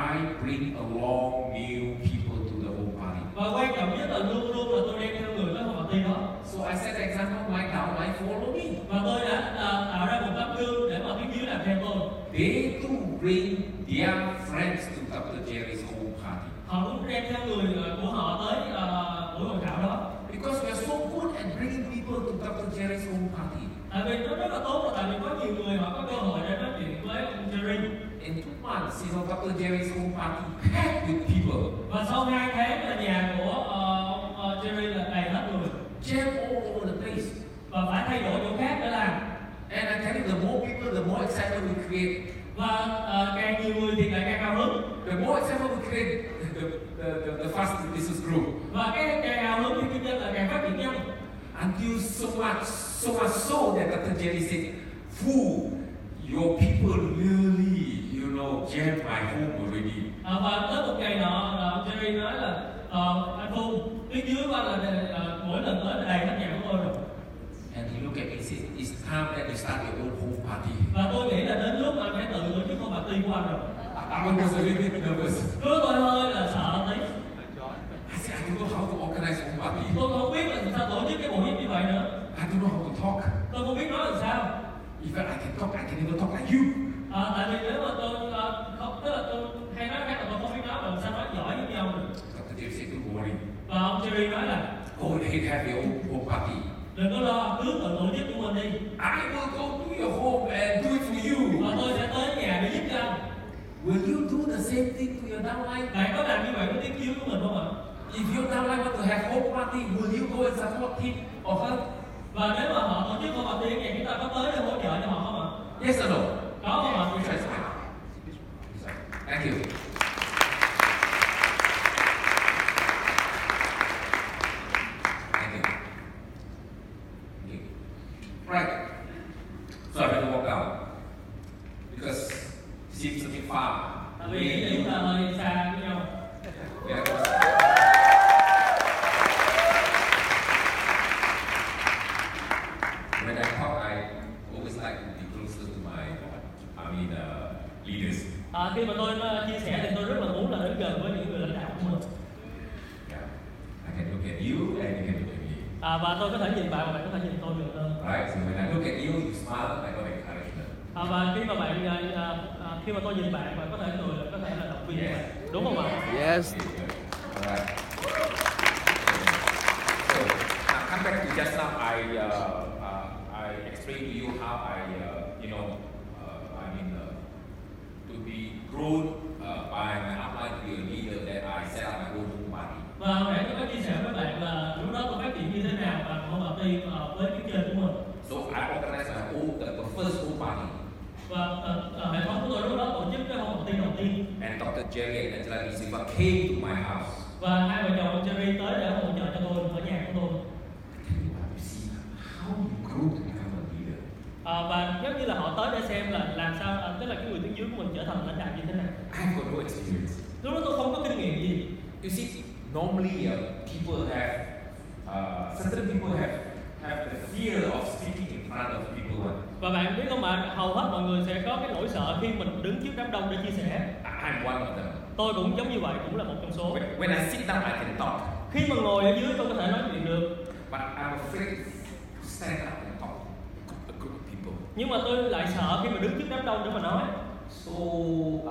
A: I bring along new people to the home party.
B: và quan trọng nhất là luôn luôn là tôi đem theo người tới hôn bà ti đó
A: So I set example, my downline follow me.
B: và tôi đã ờ, tạo ra một tấm gương để mà tiếng dưới làm theo tôi
A: They too bring their friends to Dr. Jerry's home party.
B: họ cũng đem theo người ờ, của họ tới ờ, buổi hội thảo đó
A: Because we are so good at bringing people to Dr. Jerry's home party.
B: tại vì nó rất là tốt là tại vì có nhiều người họ có cơ hội để nói chuyện với ông Jerry
A: In two months, you know, Dr. Jerry's home party packed with people,
B: và sau hai tháng là nhà của ờ, ông ờ, Jerry là đầy hết người
A: jam all over the place.
B: và phải thay đổi chỗ khác để làm
A: And I tell you, the more people, the more excitement we create.
B: và ờ, càng nhiều người thì lại càng cao hứng
A: The more excitement we create, the, the, the, the faster the business grew.
B: và cái càng cao hứng thì kinh doanh là càng phát triển nhanh
A: Until so much, so much so that Dr. Jerry said, Fool, your people really, you know, jammed my home already.
B: Ờ, và tới một ngày nọ ờ, ông Jerry nói là ờ, anh Phung phía dưới qua là ờ, mỗi lần tới là đầy hết nhà của tôi rồi
A: And he looked at me and said, It's time that you start your own home party.
B: và tôi nghĩ là đến lúc anh phải tự tổ chức con bạc tiên của anh rồi
A: I I was a little bit nervous.
B: cứ tôi hơi là sợ tí
A: I said, I don't know how to organize home party.
B: tôi không biết là sao tổ chức cái buổi như vậy nữa
A: I don't know how to talk.
B: tôi không biết nói làm sao
A: If I can talk, I can never talk like you.
B: Ờ, tại vì nếu mà tôi ờ, không tức là tôi hay nói khác là tôi không biết nói mà làm sao nói giỏi như nhau được
A: Dr. James said, don't worry.
B: và ông Jerry nói là
A: Go ahead, have your own home party.
B: đừng có lo cứ tự tổ chức của mình đi
A: I will go to your home and do it for
B: và
A: you.
B: tôi sẽ tới nhà để giúp cho anh
A: Will you do the same thing to your downline?
B: bạn có làm như vậy với tiếng cứu của mình không ạ
A: I If you now like to have whole party, will you go and support him or her?
B: và nếu mà họ tổ chức cuộc họp tiên thì chúng ta có tới để hỗ trợ cho họ không ạ
A: Yes or no?
B: có không ạ
A: Which one is fine? This one. Thank you. Thank you. Thank you. Right. So I'm going to walk out because it seems a bit far.
B: tại vì chúng ta hơi xa với nhau
A: Yeah. When I talk, I always like to be closer to my, I mean, uh, leaders.
B: à, khi mà tôi uh, chia sẻ thì tôi rất là muốn là đến gần với những người lãnh đạo của mình
A: Yeah. I can look at you and you can look at me.
B: à, và tôi có thể nhìn bạn và bạn có thể nhìn tôi được hơn
A: Right? So when I look at you, you smile, I got encouragement.
B: à, và khi mà bạn à, à, à, khi mà tôi nhìn bạn bạn có thể cười là có thể là động viên cho bạn đúng không ạ
C: Yes.
A: Okay, good. Alright. So, now come back to just now, I, uh, uh, I explained to you how I, uh, you know, uh, I mean, uh, to be grown uh, by my upline to be a leader that I set up my own party.
B: và hồi nãy tôi có chia sẻ với bạn là lúc đó tôi phát triển như thế nào và không hợp tiên à, với cái kênh của mình
A: So I organized my own, the, the first own party.
B: và ờ, ờ, hệ thống của tôi lúc đó tổ chức cái hôn hợp tiên đầu tiên
A: And Dr. Jerry and Angela De Silva came to my house.
B: và hai vợ chồng ông Jerry tới để hỗ trợ cho tôi ở nhà của tôi
A: You have to see how you grow to become a leader.
B: à, và giống như là họ tới để xem là làm sao à, tức là cái người tuyến dưới của mình trở thành lãnh đạo như thế nào
A: I've got no experience.
B: lúc đó tôi không có kinh nghiệm gì
A: You see, normally uh, people have, uh, certain people have, have the fear of speaking in front of people. one.
B: và bạn biết không ạ hầu hết mọi người sẽ có cái nỗi sợ khi mình đứng trước đám đông để chia sẻ
A: I'm one of them.
B: tôi cũng giống như vậy cũng là một trong số
A: When, when I sit down, I can talk,
B: khi mà ngồi ở dưới tôi có thể nói chuyện được
A: but I'm afraid to stand up and talk to a group of people.
B: nhưng mà tôi lại sợ khi mà đứng trước đám đông để mà nói
A: So, uh,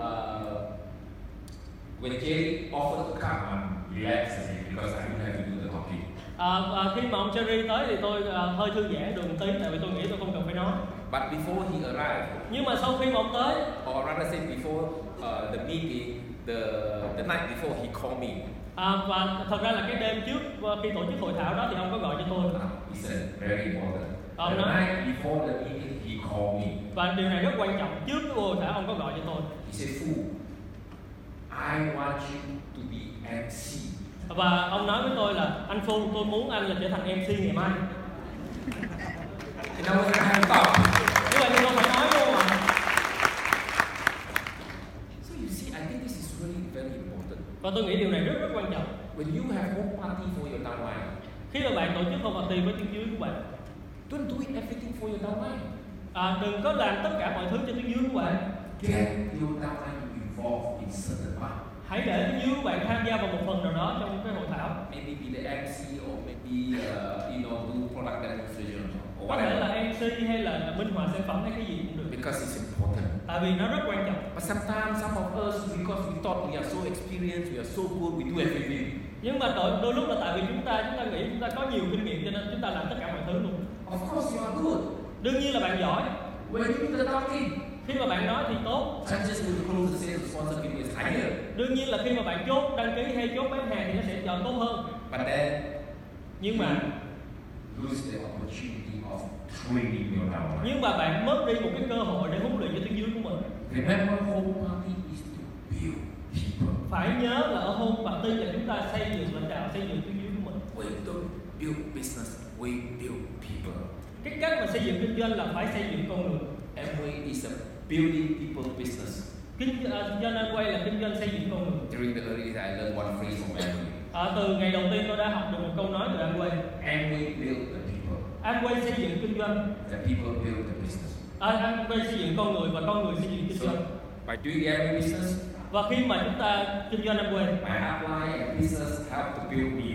A: when Jay offered to come, I'm relaxed a bit because I don't have to do the talking.
B: à, và khi mà ông Jerry tới thì tôi à, hơi thư giãn được một tí tại vì tôi nghĩ tôi không cần phải nói
A: But before he arrived,
B: nhưng mà sau khi mà ông tới
A: or rather say before uh, the meeting, the, the night before, he called me.
B: à, và thật ra là cái đêm trước à, khi tổ chức hội thảo đó thì ông có gọi cho tôi
A: Ah, He said, very important.
B: Oh,
A: the
B: no.
A: night before the meeting, he called me.
B: và điều này rất quan trọng trước cái hội thảo ông có gọi cho tôi
A: He said, Fool, I want you to be MC.
B: và ông nói với tôi là anh Phu tôi muốn anh là trở thành MC ngày mai
A: In other words, I have thought.
B: như vậy thì tôi phải nói đúng không ạ
A: So you see, I think this is really very important.
B: và tôi nghĩ điều này rất rất quan trọng
A: When you have home party for your downline,
B: khi mà bạn tổ chức không party với tiếng dưới của bạn
A: don't do it everything for your downline.
B: à, đừng có làm tất cả mọi thứ cho tiếng dưới của bạn
A: Get your downline involved in certain part.
B: hãy để tiếng dưới của bạn tham gia vào một phần nào đó trong cái hội thảo
A: Maybe be the MC or maybe uh, you know do product demonstration or
B: có thể
A: whatever.
B: là MC hay là minh họa sản phẩm hay cái gì cũng được
A: Because it's important.
B: tại vì nó rất quan trọng
A: But sometimes some of us, because we thought we are so experienced, we are so good, we do everything.
B: nhưng mà đôi, đôi lúc là tại vì chúng ta chúng ta nghĩ chúng ta có nhiều kinh nghiệm cho nên chúng ta làm tất cả mọi thứ luôn
A: Of course, you are good.
B: đương nhiên là bạn giỏi
A: When you do the talking,
B: khi mà bạn nói thì tốt
A: judges will close the sales responsibility is higher.
B: Đương nhiên là khi mà bạn chốt đăng ký hay chốt bán hàng thì nó sẽ chọn tốt hơn
A: But then,
B: Nhưng mà
A: lose the opportunity of training your downline.
B: nhưng mà bạn mất đi một cái cơ hội để huấn luyện cho tuyến dưới của mình
A: Remember, whole party is to build people.
B: Phải nhớ là ở hôn bản tin là chúng ta xây dựng lãnh đạo, xây dựng tuyến dưới của mình
A: We don't build business, we build people.
B: Cái cách mà xây dựng kinh doanh là phải xây dựng con người
A: Amway is a building people business.
B: Kinh uh, doanh quay là kinh doanh xây dựng con người
A: During the early days, I learned one phrase from Amway.
B: à, Từ ngày đầu tiên tôi đã học được một câu nói từ Amway
A: Amway built the people.
B: Amway xây dựng kinh doanh
A: The people build the business.
B: à, Amway xây dựng con người và con người xây dựng kinh doanh
A: So by doing every business,
B: Và khi mà chúng ta kinh doanh Amway
A: my upline and business help to build me.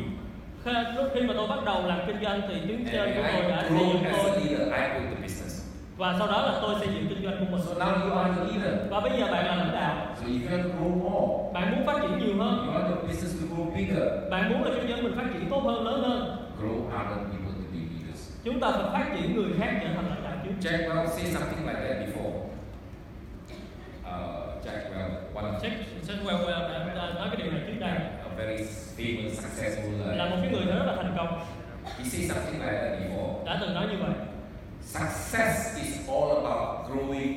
B: Khi- Lúc khi mà tôi bắt đầu làm kinh doanh thì tuyến
A: And
B: trên của tôi
A: I
B: đã xây
A: grow
B: dựng
A: as a
B: tôi
A: leader, I build the business.
B: và sau đó là tôi xây dựng kinh doanh của
A: So
B: mình
A: now you are the leader.
B: và bây giờ bạn là lãnh đạo
A: So if you want to grow more,
B: bạn muốn phát triển nhiều
A: you
B: hơn
A: want the business to grow bigger,
B: bạn muốn là kinh doanh mình phát triển tốt hơn lớn hơn
A: grow other people to be leaders.
B: chúng ta phải phát triển người khác trở thành lãnh đạo chứ
A: Jack Welch said something like that before. Uh, Jack Welch, one of
B: Jack Welch đã đã nói cái điều này trước đây
A: a very s- famous, successful. uh,
B: là một cái người rất là thành công
A: He said something like that before.
B: đã từng nói như vậy
A: Success is all about growing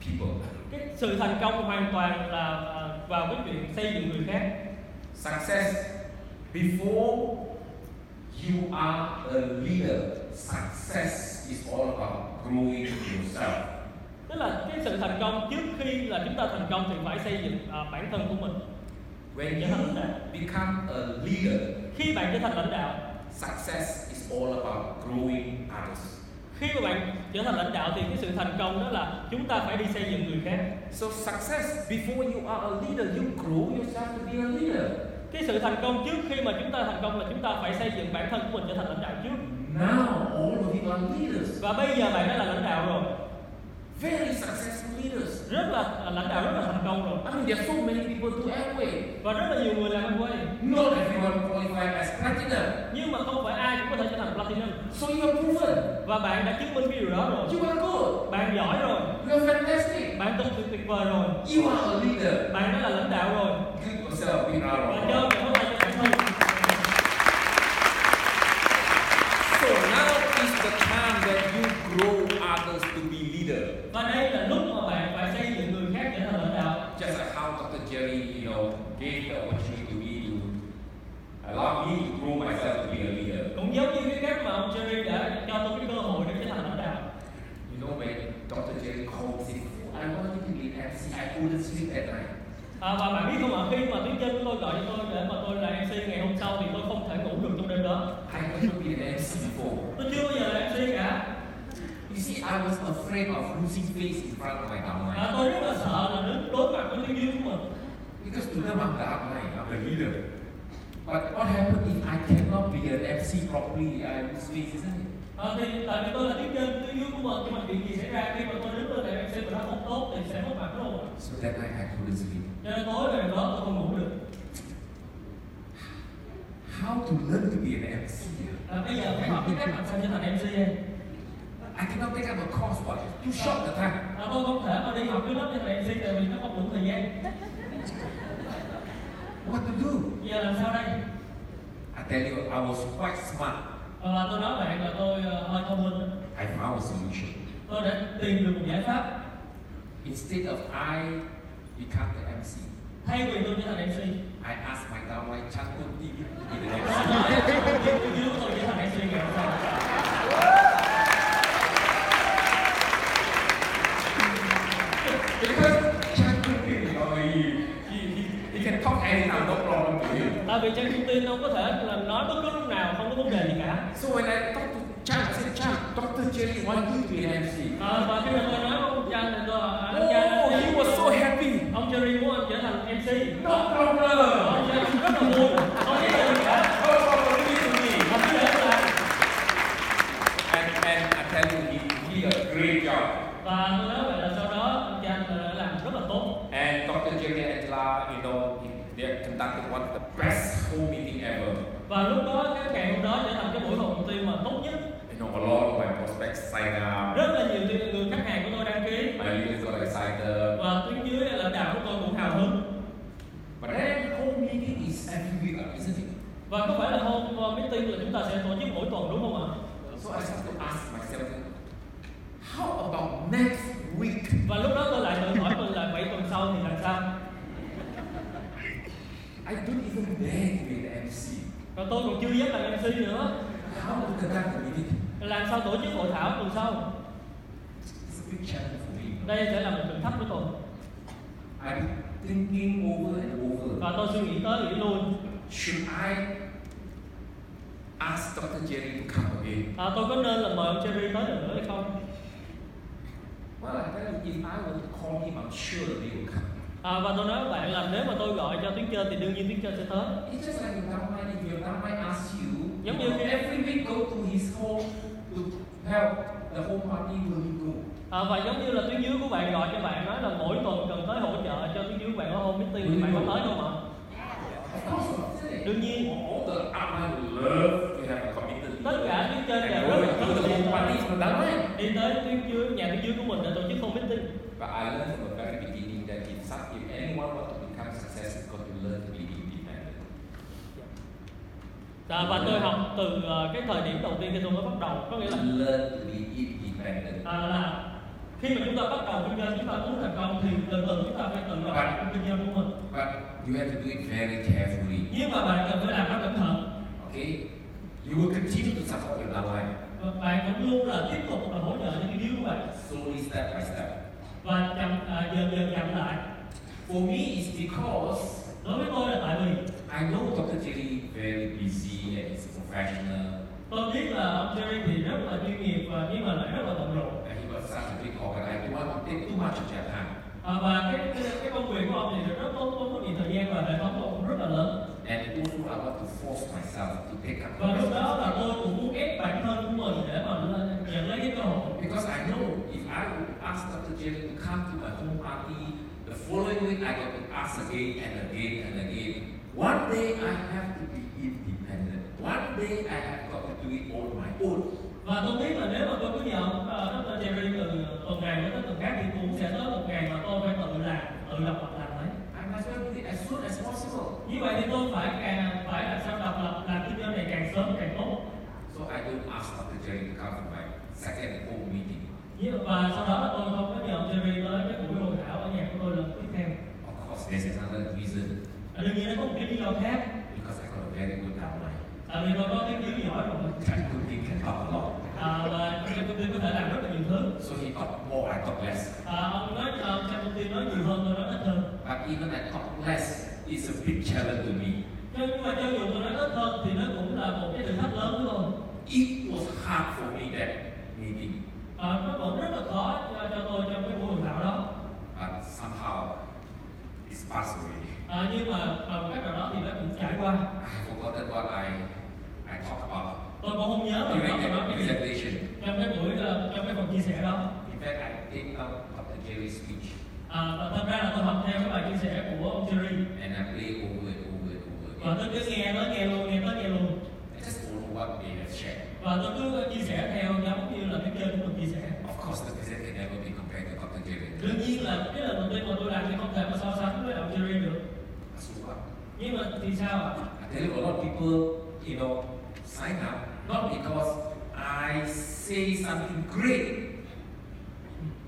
A: people.
B: cái sự thành công hoàn toàn là à, vào cái chuyện xây dựng người khác
A: Success before you are a leader. Success is all about growing yourself.
B: tức là cái sự thành công trước khi là chúng ta thành công thì phải xây dựng à, bản thân của mình
A: When you become a leader,
B: khi bạn trở thành lãnh đạo
A: success is all about growing others.
B: khi mà bạn trở thành lãnh đạo thì cái sự thành công đó là chúng ta phải đi xây dựng người khác
A: So success before you are a leader, you grow yourself to be a leader.
B: cái sự thành công trước khi mà chúng ta thành công là chúng ta phải xây dựng bản thân của mình trở thành lãnh đạo trước
A: Now all of you are leaders,
B: và bây giờ bạn đã là lãnh đạo rồi
A: very successful leaders.
B: rất là là lãnh đạo rất là thành công rồi
A: I mean, there are so many people do Amway.
B: và rất là nhiều người làm quay
A: Not everyone qualified as platinum.
B: nhưng mà không phải ai cũng có thể trở thành platinum
A: So you are proven.
B: và bạn đã chứng minh cái điều đó rồi
A: You are good.
B: bạn giỏi rồi
A: You are fantastic.
B: bạn thực sự tuyệt vời rồi
A: You are a leader.
B: bạn đã là lãnh đạo rồi
A: Give yourself a big round
B: và
A: of
B: cho
A: applause.
B: mình có tay cho bản thân
A: So now is the time that you grow others to be leader.
B: và đây là lúc mà bạn phải xây dựng người khác trở thành lãnh đạo
A: Just like how Dr. Jerry, you know, gave the opportunity to me to allow me to grow myself to be a leader.
B: cũng giống như cái cách mà ông Jerry đã cho tôi cái cơ hội để trở thành lãnh đạo
A: You know, when Dr. Jerry called me, "Oh, I want you to be an MC, I couldn't sleep at night.
B: à, và bạn biết không ạ khi mà tiếng chân của tôi gọi cho tôi để mà tôi là MC ngày hôm sau thì tôi không thể ngủ được trong đêm đó
A: I never been an MC before.
B: tôi chưa bao giờ là MC cả
A: You see, I was afraid of losing face in front of my downline.
B: à, tôi rất là sợ là đứng đối mặt với tiếng yêu của mình
A: Because to them, I'm the downline, I'm the leader. But what happened if I cannot be an MC properly? I lose face, isn't it?
B: à, thì tại vì tôi là tiếng chân tiếng yêu của mình nhưng mà chuyện gì xảy ra khi mà tôi đứng lên làm MC mà nó không tốt thì sẽ mất mặt đúng không ạ
A: So that night, I couldn't sleep.
B: cho nên tối ngày đó tôi không ngủ được
A: How to learn to be an MC?
B: à, bây giờ phải học cái cách làm sao trở thành MC em
A: I cannot take up a course, but you short the time.
B: à, tôi không thể mà đi học cái lớp trở thành MC tại vì nó không đủ thời gian
A: What to do?
B: giờ làm sao đây
A: I tell you, I was quite smart.
B: Ờ, Và tôi nói bạn là tôi ờ, hơi thông minh
A: I found a solution.
B: Tôi đã tìm được một giải pháp
A: Instead of I become the MC,
B: Thay vì tôi trở thành MC
A: I asked my downline Chakun T to be the
B: Tôi
A: MC.
B: nói là tôi yêu tôi trở thành MC ngày hôm sau
A: because Chakun T, you know, he, he, he, he can talk anytime, no problem to him.
B: Tại vì Trang Trung Tin không có thể là nói bất cứ lúc nào không có vấn đề gì cả
A: So when I talk to Chak, I said, Chak, Dr. Jerry wants you to be an MC.
B: Ờ, Và khi mà tôi nói với à, ông Trang thì tôi hỏi anh Trang
A: Oh,
B: anh
A: he
B: Trang,
A: was so happy.
B: Ông Jerry muốn anh trở thành MC
A: No problem.
B: Ông Trang rất là vui Không có vấn đề gì cả
A: No problem, leave it to me.
B: Không có vấn đề gì cả
A: And, and I tell you, he, he did a great job.
B: Và tôi nói vậy là sau đó ông Trang đã làm rất là tốt
A: And Dr. Jerry Angela, you know, he- they have conducted one of the best home meeting ever.
B: Và lúc đó cái ngày hôm đó trở thành cái buổi họp công ty mà tốt nhất
A: You know, a lot of my prospects signed up.
B: rất là nhiều tiên- người khách hàng của tôi đăng ký
A: My leaders got excited.
B: và tuyến dưới là lãnh đạo của tôi cũng hào hứng
A: But then home meeting is every week, uh, isn't it?
B: và có phải là hôm uh, meeting là chúng ta sẽ tổ chức mỗi tuần đúng không ạ
A: So I started to ask myself, how about next week?
B: và lúc đó tôi lại tự hỏi mình là bảy tuần sau thì làm sao
A: I don't even dare to be an MC.
B: và tôi còn chưa dám làm mc nữa
A: How to conduct a meeting?
B: làm sao tổ chức hội thảo tuần sau
A: It's a big challenge for me.
B: đây sẽ là một thử thách của tôi
A: I'm thinking over and over.
B: và tôi suy nghĩ tới nghĩ lui
A: Should I ask Dr. Jerry to come again?
B: à, tôi có nên là mời ông Jerry tới lần nữa hay không
A: Well, I tell you, if I were to call him, I'm sure that he will come.
B: à, và tôi nói với bạn là nếu mà tôi gọi cho tuyến trên thì đương nhiên tuyến trên sẽ tới
A: It's just like your downline, if your downline asks you,
B: Giống
A: you
B: như
A: know,
B: khi-
A: every week go to his home to help the whole party, will you
B: À, và giống như là tuyến dưới của bạn gọi cho bạn nói là mỗi tuần cần tới hỗ trợ cho tuyến dưới của bạn ở home meeting thì bạn có tới không ạ?
A: go? Of course not, isn't it?
B: Đương nhiên
A: All the outline would love to have a committed
B: tất cả tuyến trên
A: And
B: đều
A: go
B: rất
A: and do
B: là
A: the whole party
B: thân
A: from the downline.
B: đi tới tuyến dưới nhà tuyến dưới của mình để tổ chức home meeting
A: But I learned from the very beginning that if, some, if anyone wants to become successful, you've got to learn to be independent.
B: à, và tôi học từ ờ, cái thời điểm đầu tiên khi tôi mới bắt đầu có nghĩa
A: To
B: là
A: learn to be independent.
B: à, là khi mà chúng ta bắt đầu kinh doanh chúng ta muốn thành công thì từ từ chúng ta phải tự lập cái kinh doanh của mình
A: But you have to do it very carefully.
B: nhưng mà bạn cần phải làm nó cẩn thận
A: Okay? You will continue to support your loved one
B: và bạn cũng luôn là tiếp tục là hỗ trợ những cái điều của bạn
A: slowly, step by step.
B: và chậm à, dần dần chậm lại
A: For me, it's because
B: đối với tôi là tại vì
A: I know Dr. Jerry very busy and he's a professional,
B: tôi biết là ông Jerry thì rất là chuyên nghiệp và nhưng mà lại rất là bận rộn
A: and he was such a big organ. I don't want to take too much of their time.
B: à, và cái, cái cái công việc của ông thì rất tốt tốn rất nhiều thời gian và hệ thống của ông rất là lớn
A: And also, I want to force myself to take up.
B: Và lúc đó là
A: responsibility.
B: tôi cũng muốn ép bản thân của mình để mà lên- nhận lấy cái cơ hội
A: Because I know if I would ask Dr. Jerry to come to my home party, the following week I got to ask again and again and again. One day I have to be independent. One day I have got to do it on my own.
B: Và tôi biết là nếu mà tôi cứ nhờ ông ờ, Dr. Jerry từ tuần này đến tuần khác thì cũng sẽ tới một ngày mà tôi phải tự làm, tự lập hoặc làm đấy
A: I must well do it as soon as possible.
B: Như vậy thì tôi phải càng phải làm sao độc lập, làm kinh doanh này càng sớm càng tốt
A: So I don't ask Dr. Jerry to come to my second home meeting.
B: Như- Và sau đó là tôi không có nhờ ông Jerry tới cái buổi hội thảo ở nhà của tôi lần tiếp theo
A: Of course, there's another reason
B: à, Đương nhiên nó có một cái lý do khác
A: because I got a very good downline.
B: Tại vì tôi có tiếng tiếng giỏi rồi
A: That good thing can talk a lot.
B: à, Và trong công ty có thể làm rất là nhiều thứ
A: So he talked more, I talked less.
B: À, ông nói cho trong công ty nói nhiều hơn tôi nói ít hơn
A: But even I talk less, it's a big challenge to me.
B: nhưng nhưng mà cho dù tôi nói ít hơn thì nó cũng là một cái thử thách lớn đúng không
A: It was hard for me that meeting,
B: à, nó vẫn rất là khó cho, cho tôi trong cái buổi hội thảo đó
A: but somehow it's uh, passed away.
B: à, nhưng mà bằng cách nào đó thì nó cũng trải qua
A: I have forgotten what I I talked about
B: tôi cũng không nhớ là nó
A: during
B: nó
A: that
B: cái gì
A: presentation.
B: trong cái buổi ờ, trong cái phần chia sẻ đó
A: In fact, I picked up Dr. Jerry's speech
B: à, và thật ra là tôi học theo cái bài chia sẻ của ông Jerry
A: and I played over and over and over
B: và
A: again.
B: tôi cứ nghe nói nghe luôn nghe nói nghe luôn
A: I just follow what they have shared.
B: và tôi cứ chia sẻ theo giống như là cái kênh của mình chia sẻ
A: Of course, the present can never be compared to Dr. Jerry.
B: đương nhiên là cái lần đầu tiên mà tôi làm thì không thể mà so sánh với ông Jerry được
A: So what?
B: nhưng mà thì sao ạ
A: I tell you, a lot of people, you know, sign up not because I say something great.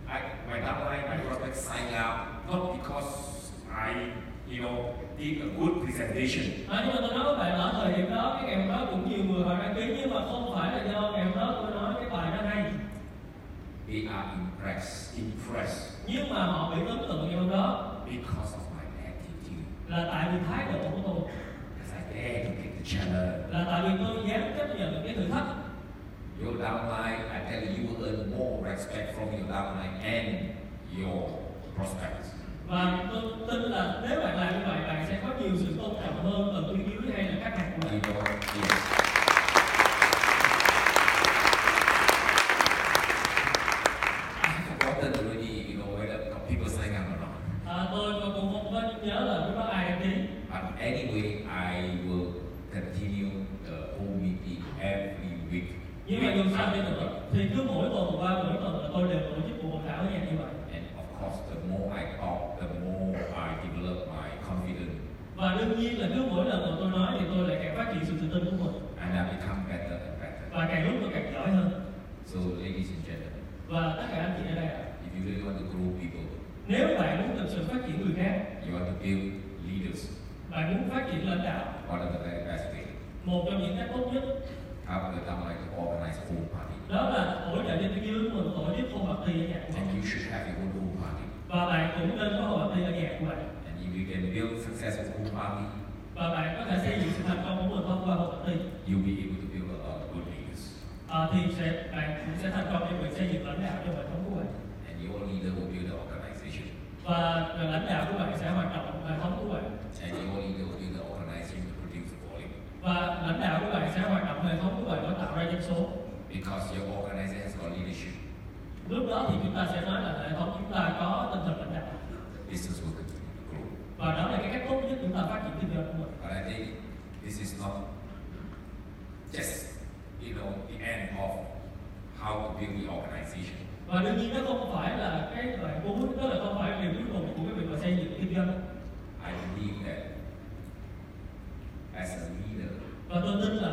A: I, my downline, my prospects sign up not because I, you know, did a good presentation.
B: À, nhưng mà tôi nói với bạn là ở thời điểm đó cái ngày hôm đó cũng nhiều người họ đăng ký nhưng mà không phải là do ngày hôm đó tôi nói cái bài đó hay
A: They are impressed, impressed
B: nhưng mà họ bị ấn tượng ngày hôm đó
A: because of my attitude.
B: là tại vì thái độ của tôi
A: Because I dare to take the challenge.
B: là tại vì tôi dám chấp nhận cái thử thách
A: Your downline, I tell you, you will earn more respect from your downline and your prospects.
B: và tôi tin là nếu bạn làm như vậy bạn sẽ có nhiều sự tôn trọng hơn từ phía dưới hay là các hàng của
A: You
B: bạn
A: know, yes. I have forgotten already, you know, whether got people sign up or not.
B: à, tôi tôi cũng không có nhớ là lúc đó ai đăng ký
A: But anyway, I will continue the whole meeting every week.
B: nhưng mà dù sao đi nữa thì cứ mỗi tuần qua mỗi tuần là tôi đều tổ chức cuộc hội thảo ở nhà như vậy
A: And of course, the more I talk, the more I develop my confidence
B: và đương nhiên là cứ mỗi lần mà tôi nói thì tôi lại càng phát triển sự tự tin của mình
A: and I become better and better.
B: và càng lúc tôi càng giỏi hơn
A: So, ladies and gentlemen,
B: và tất cả anh chị ở đây ạ,
A: if you really want to grow people,
B: nếu bạn muốn thực sự phát triển người khác
A: you want to build leaders,
B: bạn muốn phát triển lãnh đạo
A: one of the very best things.
B: một trong những cách tốt nhất
A: Have the downline to organize home party.
B: đó là hỗ trợ cho cái dưới của mình tổ chức hôn party ở nhà của
A: And
B: mình
A: you should have your own home party.
B: và bạn cũng nên có hôn party ở nhà của bạn
A: And if you can build successful home party,
B: và bạn có thể xây dựng sự thành công của mình thông qua hôn party
A: you'll be able to build a lot of good leaders.
B: à, thì sẽ bạn cũng sẽ thành công trong việc xây dựng lãnh đạo cho hệ thống của bạn
A: And your leader will build the organization.
B: và lãnh đạo của bạn sẽ hoạt động hệ thống của bạn
A: And your leader will build the organization to produce volume.
B: và lãnh đạo của bạn sẽ hoạt động hệ thống của bạn nó tạo ra doanh số
A: Because your organization has got leadership,
B: lúc đó thì chúng ta sẽ nói là hệ thống chúng ta có tinh thần lãnh đạo
A: business will continue to grow.
B: và đó là cái cách tốt nhất chúng ta phát triển kinh doanh của mình
A: But I think this is not just, you know, the end of how to build the organization.
B: và đương nhiên nó không phải là cái loại cuối đó là không phải điều cuối cùng của cái việc mà xây dựng kinh doanh
A: I believe that as a leader,
B: và tôi tin là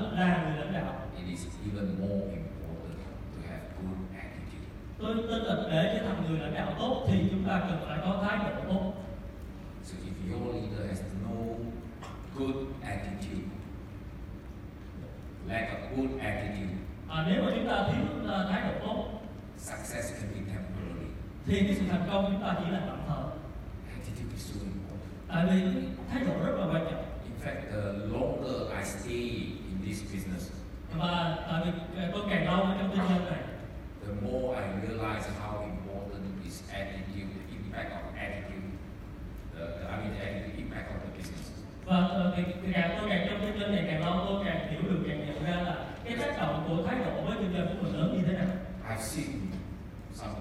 B: tôi tin là để trở thành người lãnh đạo tốt thì chúng ta cần phải có thái độ tốt
A: So if your leader has no good attitude, lack of good attitude,
B: à, nếu mà chúng ta thiếu à, thái độ tốt
A: success can be temporary.
B: thì cái sự thành công chúng ta chỉ là tạm thời
A: Attitude is so important.
B: tại vì cái thái độ rất là quan trọng
A: In fact, the longer I stay in this business,
B: và tại vì à, tôi càng lâu ở trong kinh doanh này
A: the more I realize how important is attitude, the impact of attitude, the, I mean, the attitude impact of the business.
B: và à, thì thì càng tôi càng trong kinh doanh này càng lâu tôi càng hiểu được càng nhận ra là cái tác động của thái độ với kinh doanh của mình lớn như thế nào
A: I've seen some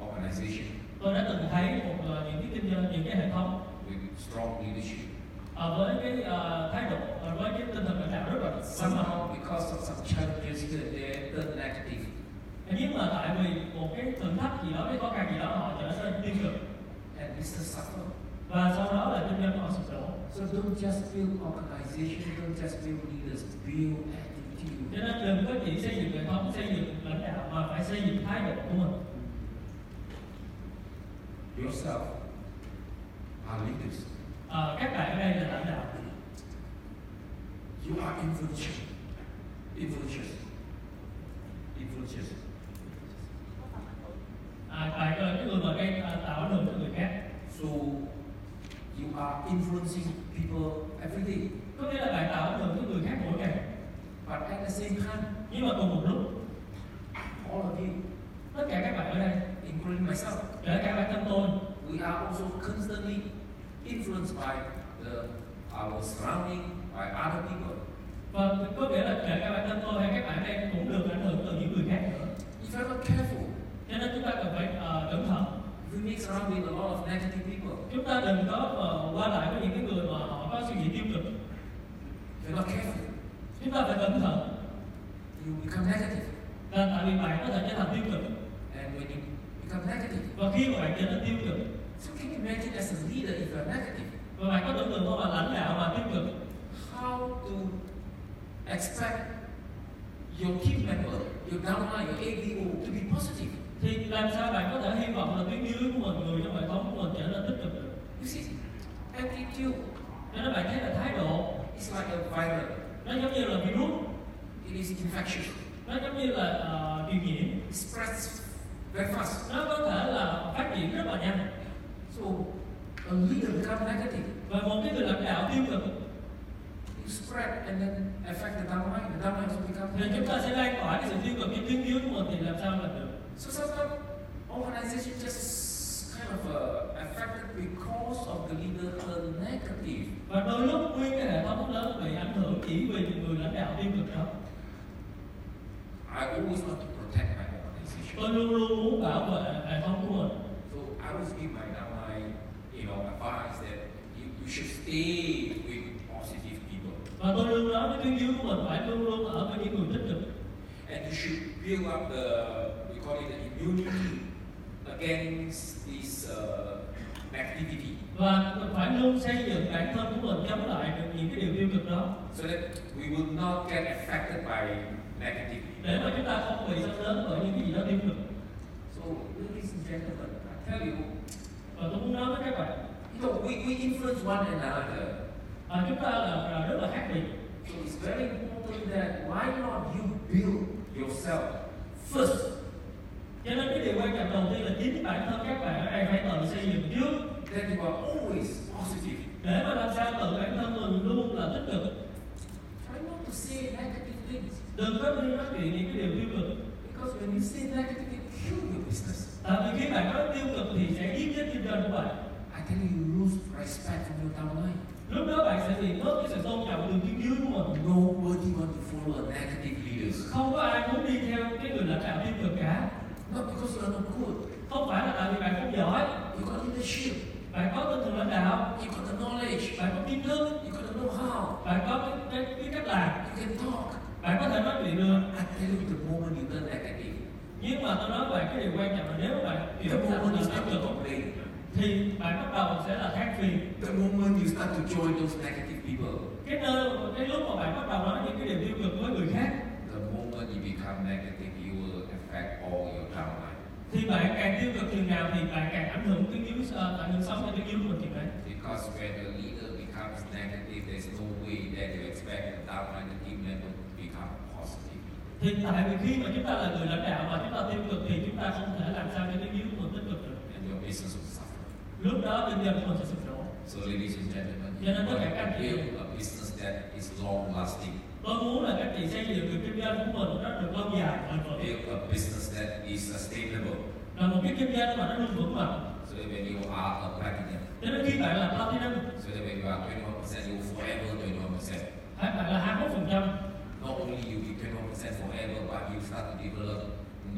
A: organization
B: tôi đã từng thấy một à, những cái kinh doanh những cái hệ thống
A: with strong leadership.
B: à, với cái à, thái độ à, với cái tinh thần lãnh đạo rất là sáng màu
A: Somehow, because of some challenges here and there, turn negative.
B: nhưng mà tại vì một cái thử thách gì đó cái khó khăn gì đó họ trở nên tiêu cực
A: And business suffer.
B: và sau đó là kinh doanh của họ sụp đổ
A: So don't just build organization, don't just build leaders, build attitude.
B: cho nên đừng có chỉ xây dựng hệ thống xây dựng lãnh đạo mà phải xây dựng thái độ của mình
A: Yourself are leaders.
B: Ờ, các bạn ở đây là lãnh đạo
A: You are influential. Influential. Influential.
B: à, bạn là cái người mà gây à, tạo ảnh hưởng cho người khác
A: So you are influencing people every day.
B: có nghĩa là bạn tạo ảnh hưởng cho người khác mỗi ngày
A: But at the same time,
B: nhưng mà cùng một lúc
A: all of you,
B: tất cả các bạn ở đây
A: including myself,
B: kể cả bản thân tôi
A: we are also constantly influenced by the our surrounding, by other people.
B: và có nghĩa là kể cả bản thân tôi hay các bạn ở đây cũng được ảnh hưởng từ những người khác nữa
A: If we're not careful,
B: cho nên chúng ta cần phải ờ, cẩn thận
A: we mix around with a lot of negative people.
B: chúng ta đừng có ờ, qua lại với những cái người mà họ có suy nghĩ tiêu cực
A: If we're not careful,
B: chúng ta phải cẩn thận
A: you become negative.
B: là tại vì bạn có thể trở thành tiêu cực
A: And when you become negative,
B: và khi mà bạn trở nên tiêu cực
A: so can you imagine as a leader if you're negative?
B: và bạn có tưởng tượng không là lãnh đạo mà tiêu cực
A: how to expect your team member, your downline, your ABO to be positive.
B: thì làm sao bạn có thể hy vọng là tuyến dưới của mình người trong hệ thống của mình trở nên tích cực được
A: You see, attitude
B: cho nên bạn thấy là thái độ
A: is like a virus.
B: nó giống như là virus
A: It is infectious.
B: nó giống như là ờ, điều nhiễm
A: It spreads very fast.
B: nó có thể là phát triển rất là nhanh
A: So a leader become negative.
B: và một cái người lãnh đạo tiêu cực
A: You spread and then affect the downline. The downline also become
B: thì chúng ta
A: negative.
B: sẽ lan tỏa cái sự tiêu cực trên tuyến dưới của mình thì làm sao làm được
A: So sometimes organization just kind of uh, affected because of the leader turn negative.
B: và đôi lúc nguyên cái hệ thống lớn bị ảnh hưởng chỉ vì người lãnh đạo tiêu cực đó
A: I always want to protect my organization.
B: tôi luôn luôn muốn bảo vệ hệ thống của mình
A: So I was give my downline, you know, advice that you, you should stay with positive people
B: và tôi luôn nói với tuyến dưới của mình phải luôn luôn ở với những người tích cực
A: and you should build up the we call it the immunity against this uh, negativity
B: và mình phải luôn xây dựng bản thân của mình chống lại được những cái điều tiêu cực đó
A: so that we will not get affected by
B: để
A: negativity.
B: mà chúng ta không bị sắp lớn bởi những cái gì đó tiêu cực
A: So ladies and gentlemen, I tell you,
B: và tôi muốn nói với các bạn
A: you know, we, we influence one another.
B: à, chúng ta là, là rất là khác biệt
A: So it's very important that why not you build yourself first
B: cho nên cái điều quan trọng đầu tiên là chính bản thân các bạn ở đây phải tự xây dựng trước
A: that you are always positive.
B: để mà làm sao tự bản thân mình luôn là tích cực
A: Try not to say negative things
B: đừng có đi nói chuyện những cái điều tiêu cực
A: because when you say negative, it kills your business.
B: tại vì khi bạn nói tiêu cực thì sẽ giết chết kinh doanh của bạn
A: I tell you, you lose respect from your downline.
B: lúc đó bạn sẽ bị mất cái sự tôn trọng từ tuyến dưới của mình
A: Nobody want to follow a negative leaders.
B: không có ai muốn đi theo cái người lãnh đạo tiêu cực cả
A: Not because you are not good.
B: không phải là tại vì bạn không giỏi
A: You got leadership.
B: bạn có tinh thần lãnh đạo
A: You got the knowledge.
B: bạn có kiến thức
A: You got the know-how.
B: bạn có cái, cái, cái cách làm
A: You can talk.
B: bạn có thể nói chuyện được
A: I tell you, the moment you turn negative,
B: nhưng mà tôi nói bạn cái điều quan trọng là nếu bạn
A: the
B: hiểu rằng
A: moment
B: là
A: you
B: tích
A: start to
B: cực
A: complain,
B: thì bạn bắt đầu sẽ là khác phiền
A: the moment you start to join those negative people,
B: cái nơi mà- cái lúc mà bạn bắt đầu nói những cái điều tiêu cực với người khác
A: the moment you become negative, you will affect all your downline.
B: thì bạn càng tiêu cực chừng nào thì bạn càng ảnh hưởng tới yếu ờ, ảnh hưởng xấu tới cái yếu của mình chừng đấy
A: Because when a leader becomes negative, there's no way that you expect a down-minded team member to become positive.
B: thì tại vì khi mà chúng ta là người lãnh đạo và chúng ta tiêu cực thì chúng ta không thể làm sao cho cái yếu của mình tích cực được
A: And your business will suffer.
B: lúc đó kinh doanh của mình sẽ sụp đổ
A: So ladies and gentlemen,
B: Cho
A: you
B: nên tất
A: want
B: cả các
A: to
B: anh chị-
A: build a business that is long-lasting.
B: tôi muốn là các chị xây dựng được kinh doanh của mình nó được lâu dài bền vững
A: Build a business that is sustainable.
B: là một cái kinh doanh mà nó luôn vững mạnh
A: So that when you are a platinum,
B: cho đến khi bạn là platinum
A: so that when you are 21%, you forever 21%.
B: phải bạn là 21 phần trăm
A: Not only you be 21% forever, but you start to develop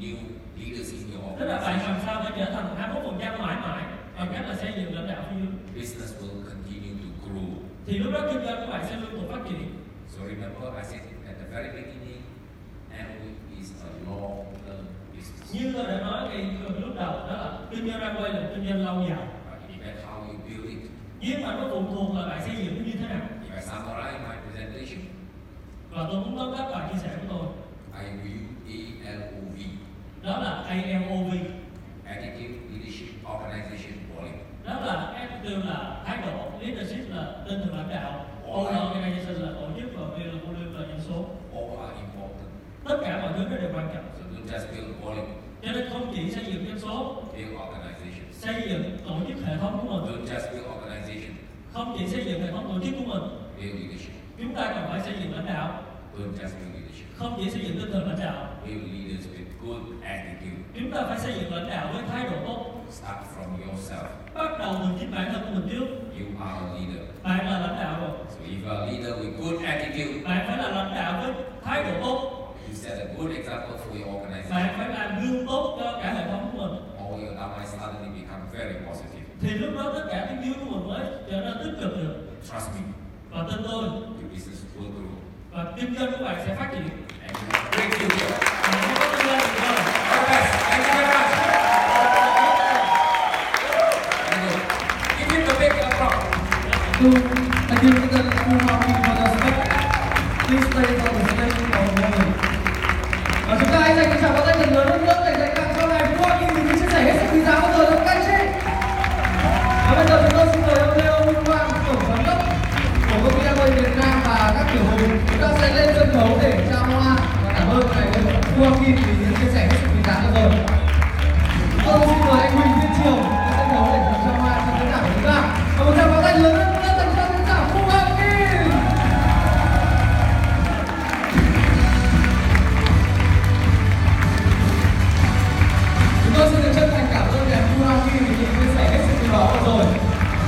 A: new leaders in your
B: tức là bạn làm
A: organization.
B: sao để trở thành 21 phần trăm mãi mãi bằng cách là xây dựng lãnh đạo phi dương
A: Business will continue to grow.
B: thì lúc đó kinh doanh của bạn sẽ liên tục phát triển
A: So remember, I said at the very beginning, Amway is a long-term business.
B: như tôi đã nói ngay từ lúc đầu đó là kinh doanh đang quay là kinh doanh lâu dài
A: But it depends how you build it.
B: nhưng mà nó phụ thuộc là bạn xây dựng nó như thế nào
A: If I summarize my presentation,
B: và tôi muốn tóm tắt bài chia sẻ của tôi
A: I use ALOV,
B: đó là AMOV
A: Attitude, Leadership, Organization, Volume.
B: đó là S tiêu là thái độ leadership là tinh thần lãnh đạo O
A: Ồ.
B: là organization là tổ chức và V là volume là dân số
A: All are important.
B: tất cả mọi thứ nó đều quan trọng
A: So don't just build volume,
B: cho nên không chỉ xây dựng dân số
A: build organizations.
B: xây dựng tổ chức hệ thống của mình
A: Don't just build organization,
B: không chỉ xây dựng hệ thống tổ chức của mình
A: build leadership.
B: chúng ta cần phải xây dựng lãnh đạo
A: Don't just build leadership.
B: không chỉ xây dựng tinh thần lãnh đạo
A: Build leaders with good attitude.
B: chúng ta phải xây dựng lãnh đạo với thái độ tốt
A: Start from yourself.
B: bắt đầu từ chính bản thân của mình trước
A: You are a leader.
B: bạn là lãnh đạo rồi
A: So if you are a leader with good attitude,
B: bạn phải là lãnh đạo với thái độ tốt
A: you set a good example for your organization.
B: bạn phải làm gương tốt cho cả hệ thống của mình
A: All your downline suddenly become very positive.
B: thì lúc đó tất cả tiếng yếu của mình mới trở nên tích cực được
A: Trust me,
B: và tin tôi
A: your business will grow.
B: và kinh doanh của bạn sẽ phát triển
A: And you have a great future.
B: Và nếu có kinh doanh thì thôi.
A: All the best. Thank you very much. Thank you. Give him a big applause.
C: To again to the full party for the respect. Please play for the respect of women. Và chúng ta hãy dành cái tràng pháo tay thật lớn hơn nữa để dành tặng cho ngài vua Kim Bình chia sẻ hết sức quý giá vừa rồi trong các anh chị. Và bây giờ chúng tôi xin mời ông Leo Minh Quang, tổng giám đốc của công ty Amway Việt Nam và các tiểu hùng. Chúng ta sẽ lên sân khấu để trao hoa và cảm ơn ngài vua Kim Bình chia sẻ hết sức quý giá vừa rồi. Chúng tôi Ờ, xin mời anh Huỳnh Thiên Trường lên sân khấu để cùng trao hoa cho khán giả của chúng ta. Và một tràng pháo tay lớn hơn nữa dành cho khán giả Phúc An Kim. Chúng tôi xin được chân thành cảm ơn đẹp Vua Hoa Kỳ vì những chia sẻ hết sức quý báu vừa rồi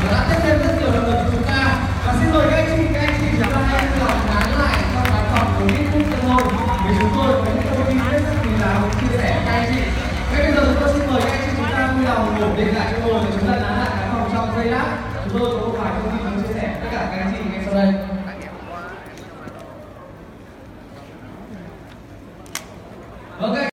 C: và đã tiếp thêm rất nhiều động lực cho chúng ta. Và xin mời các anh chị, các anh chị chúng ta hãy lòng nán lại trong khán phòng của Hit Book Tân Hội vì chúng tôi có những thông tin hết sức quý giá muốn chia sẻ với các anh chị. Ngay bây giờ chúng tôi xin mời các anh chị chúng ta vui lòng ổn định lại chỗ ngồi và chúng ta nán lại khán phòng trong giây lát. Chúng tôi có một vài thông tin muốn chia sẻ với tất cả các anh chị ngay sau đây. Vâng các anh